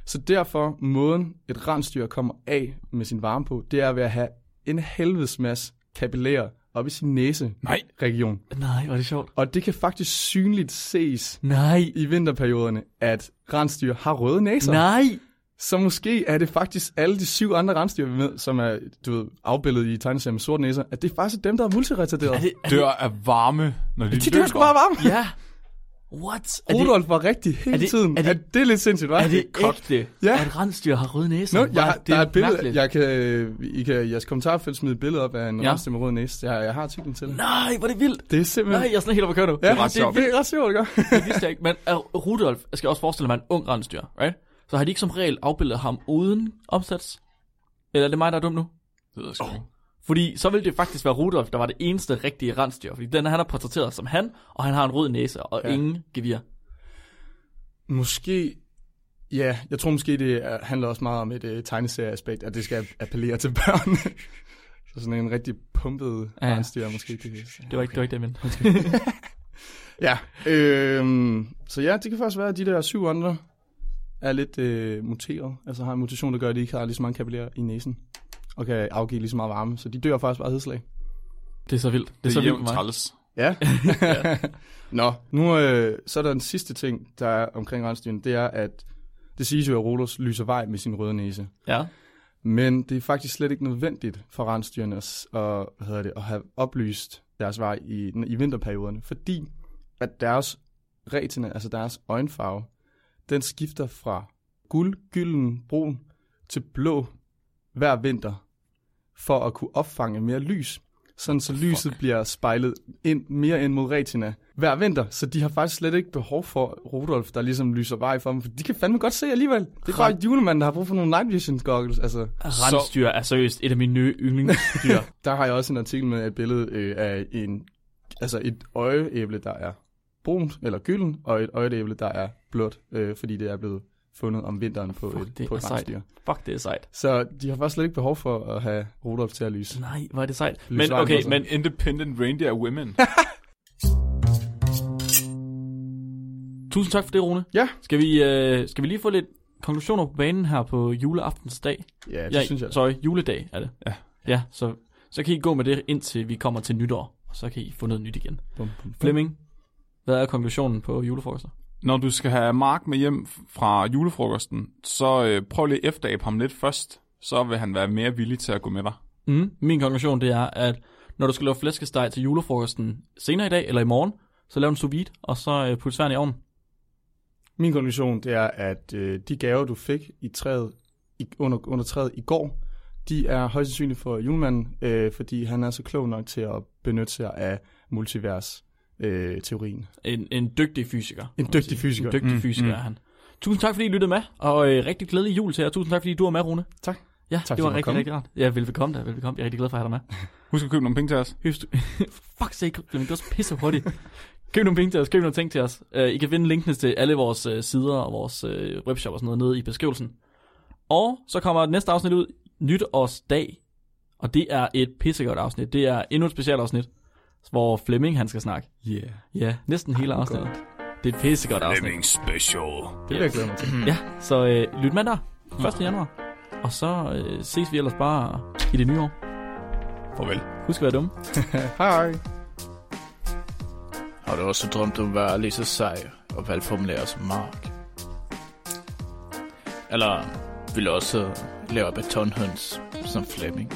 Speaker 1: Så derfor, måden et rensdyr kommer af med sin varme på, det er ved at have en helvedes masse kapillærer op i sin
Speaker 3: Nej.
Speaker 1: næseregion.
Speaker 2: Nej, var det sjovt.
Speaker 1: Og det kan faktisk synligt ses
Speaker 2: Nej.
Speaker 1: i vinterperioderne, at rensdyr har røde næser.
Speaker 2: Nej.
Speaker 1: Så måske er det faktisk alle de syv andre rensdyr, vi er med, som er du ved, afbildet i tegneserien med sorte næser, at det er faktisk dem, der er multiretarderede.
Speaker 2: Er det, er
Speaker 3: Dør af varme, når de,
Speaker 1: De dør sgu bare varme.
Speaker 2: det, ja. What? Er det,
Speaker 1: Rudolf var rigtig hele
Speaker 2: er det-
Speaker 1: tiden.
Speaker 2: er
Speaker 1: Er
Speaker 2: det-
Speaker 1: det, er det er lidt sindssygt, hva'?
Speaker 2: er det ægte,
Speaker 1: Ja.
Speaker 2: at rensdyr har røde næser?
Speaker 1: Nå,
Speaker 2: Hvor
Speaker 1: jeg,
Speaker 2: er
Speaker 1: har, der er et billede.
Speaker 2: mærkeligt.
Speaker 1: Jeg kan, I kan, i jeres kommentarfelt smide et billede op af en
Speaker 2: Ja.
Speaker 1: ja. rensdyr med rød næse. Jeg, jeg har artiklen til.
Speaker 2: Nej, hvor er det vildt.
Speaker 1: Det er simpelthen...
Speaker 2: Nej, jeg er sådan helt op at køre nu.
Speaker 1: ja,
Speaker 2: det er ret sjovt.
Speaker 1: Det er ret sjovt, ikke?
Speaker 2: Det vidste jeg ikke, men er Rudolf, jeg skal også forestille mig en ung rensdyr, right? Så har de ikke som regel afbildet ham uden omsats? Eller er det mig, der er dum nu?
Speaker 3: Det oh.
Speaker 2: Fordi så ville det faktisk være Rudolf, der var det eneste rigtige rensdyr. Fordi den han er portrætteret som han, og han har en rød næse og ja.
Speaker 1: Ja.
Speaker 2: ingen gevir.
Speaker 1: Måske... Ja, jeg tror måske, det er, handler også meget om et uh, tegneserieaspekt, at det skal appellere til børn. så sådan en rigtig pumpet
Speaker 2: Ja, ja.
Speaker 1: ja. rensdyr, måske. Det,
Speaker 2: Det var ikke, det var ikke det, men.
Speaker 1: ja, øh, så ja, det kan faktisk være, at de der syv andre er lidt øh, muteret. Altså har en mutation, der gør, at de ikke har lige så mange kapillærer i næsen. Og kan afgive lige så meget varme. Så de dør faktisk bare af hedslag.
Speaker 2: Det er så vildt. Det er
Speaker 3: Det
Speaker 2: så
Speaker 3: er
Speaker 2: vildt for
Speaker 3: jævnt
Speaker 2: mig.
Speaker 3: træls.
Speaker 1: Ja. Nå, nu øh, så er der en sidste ting, der er omkring rensdyrene, det er, at det siges jo, at Rolos lyser vej med sin røde næse.
Speaker 2: Ja.
Speaker 1: Men det er faktisk slet ikke nødvendigt for rensdyrene at, s- at, hvad hedder det, at have oplyst deres vej i, i vinterperioderne, fordi at deres retina, altså deres øjenfarve, den skifter fra guld, gylden, brun til blå hver vinter, for at kunne opfange mere lys, sådan så lyset bliver spejlet ind, mere ind mod retina hver vinter. Så de har faktisk slet ikke behov for Rudolf, der ligesom lyser vej for dem, for de kan fandme godt se alligevel. Det er bare julemanden, der har brug for nogle night vision goggles, altså.
Speaker 2: Rensdyr er seriøst et af mine nye yndlingsdyr.
Speaker 1: Der har jeg også en artikel med et billede øh, af en, altså et øjeæble, der er brunt eller gylden, og et øjeæble, der er blåt, øh, fordi det er blevet fundet om vinteren på
Speaker 2: Fuck,
Speaker 1: et,
Speaker 2: det
Speaker 1: på
Speaker 2: er
Speaker 1: et
Speaker 2: sejt.
Speaker 1: rensdyr.
Speaker 2: Fuck, det er sejt.
Speaker 1: Så de har faktisk slet ikke behov for at have Rudolf til at lyse.
Speaker 2: Nej, hvor er det sejt. Men
Speaker 1: Lysvejen
Speaker 2: okay,
Speaker 3: altså.
Speaker 1: også.
Speaker 2: men
Speaker 3: Independent reindeer women.
Speaker 2: tusind tak for det, Rune.
Speaker 1: Ja.
Speaker 2: Skal vi, øh, skal vi lige få lidt konklusioner på banen her på juleaftens dag?
Speaker 1: Ja, det
Speaker 2: ja,
Speaker 1: synes jeg.
Speaker 2: Sorry, juledag er det.
Speaker 3: Ja.
Speaker 2: Ja, så, så kan I gå med det, indtil vi kommer til nytår. Og så kan I få noget nyt igen.
Speaker 1: Bum, bum, bum.
Speaker 2: Flemming, hvad er konklusionen på julefrokoster?
Speaker 3: Når du skal have Mark med hjem fra julefrokosten, så øh, prøv lige at efterabe ham lidt først. Så vil han være mere villig til at gå med dig.
Speaker 2: Mm, min konklusion det er, at når du skal lave flæskesteg til julefrokosten senere i dag eller i morgen, så lav en sous vide, og så øh, put sværen i ovnen.
Speaker 1: Min konklusion det er, at øh, de gaver, du fik i træet, i, under, under træet i går, de er højst sandsynligt for julemanden, øh, fordi han er så klog nok til at benytte sig af multivers-teorien. Øh, teorien.
Speaker 2: En, en dygtig fysiker. må man
Speaker 1: dygtig
Speaker 2: sige.
Speaker 1: fysiker.
Speaker 2: En dygtig
Speaker 3: Mm,
Speaker 2: fysiker
Speaker 3: mm.
Speaker 2: er han. Tusind tak, fordi I lyttede med, og øh, rigtig glædelig jul til jer. Tusind tak, fordi du var med, Rune.
Speaker 1: Tak.
Speaker 2: Ja,
Speaker 1: fordi
Speaker 2: det
Speaker 1: jeg
Speaker 2: var
Speaker 1: måtte
Speaker 2: rigtig,
Speaker 1: komme.
Speaker 2: rigtig rart. Ja, velbekomme da, velbekomme. Jeg er rigtig glad for at have dig med.
Speaker 3: Husk at købe nogle penge til os.
Speaker 2: Høst. Fuck sake, Flemming, det var så pisse hurtigt. køb nogle penge til os, køb nogle ting til os. Uh, I kan finde linkene til alle vores uh, sider og vores uh, webshop og sådan noget nede i beskrivelsen. Og så kommer næste afsnit ud, nytårsdag. Og det er et pissegodt afsnit. Det er endnu et specielt afsnit, hvor Flemming han skal snakke.
Speaker 1: Yeah.
Speaker 2: Ja, næsten hele afsnittet. Det er et pissegodt afsnit.
Speaker 3: special.
Speaker 1: Det vil jeg glæde mig til.
Speaker 2: Ja, så øh, lyt med der 1. januar. Og så øh, ses vi ellers bare i det nye år.
Speaker 3: Farvel.
Speaker 2: Husk at være dumme.
Speaker 1: Hej.
Speaker 4: Har du også drømt om at være lige så sej og velformuleret som Mark? Eller vil du også lave betonhøns som Flemming?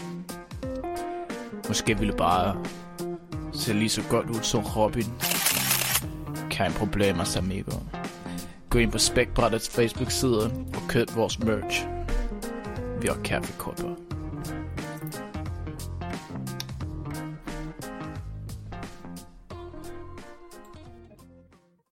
Speaker 4: Måske vil du bare se lige så godt ud som Robin. Kein problem, amigo. Gå ind på Spækbrættets Facebook-side og køb vores merch. Vi har kaffekopper.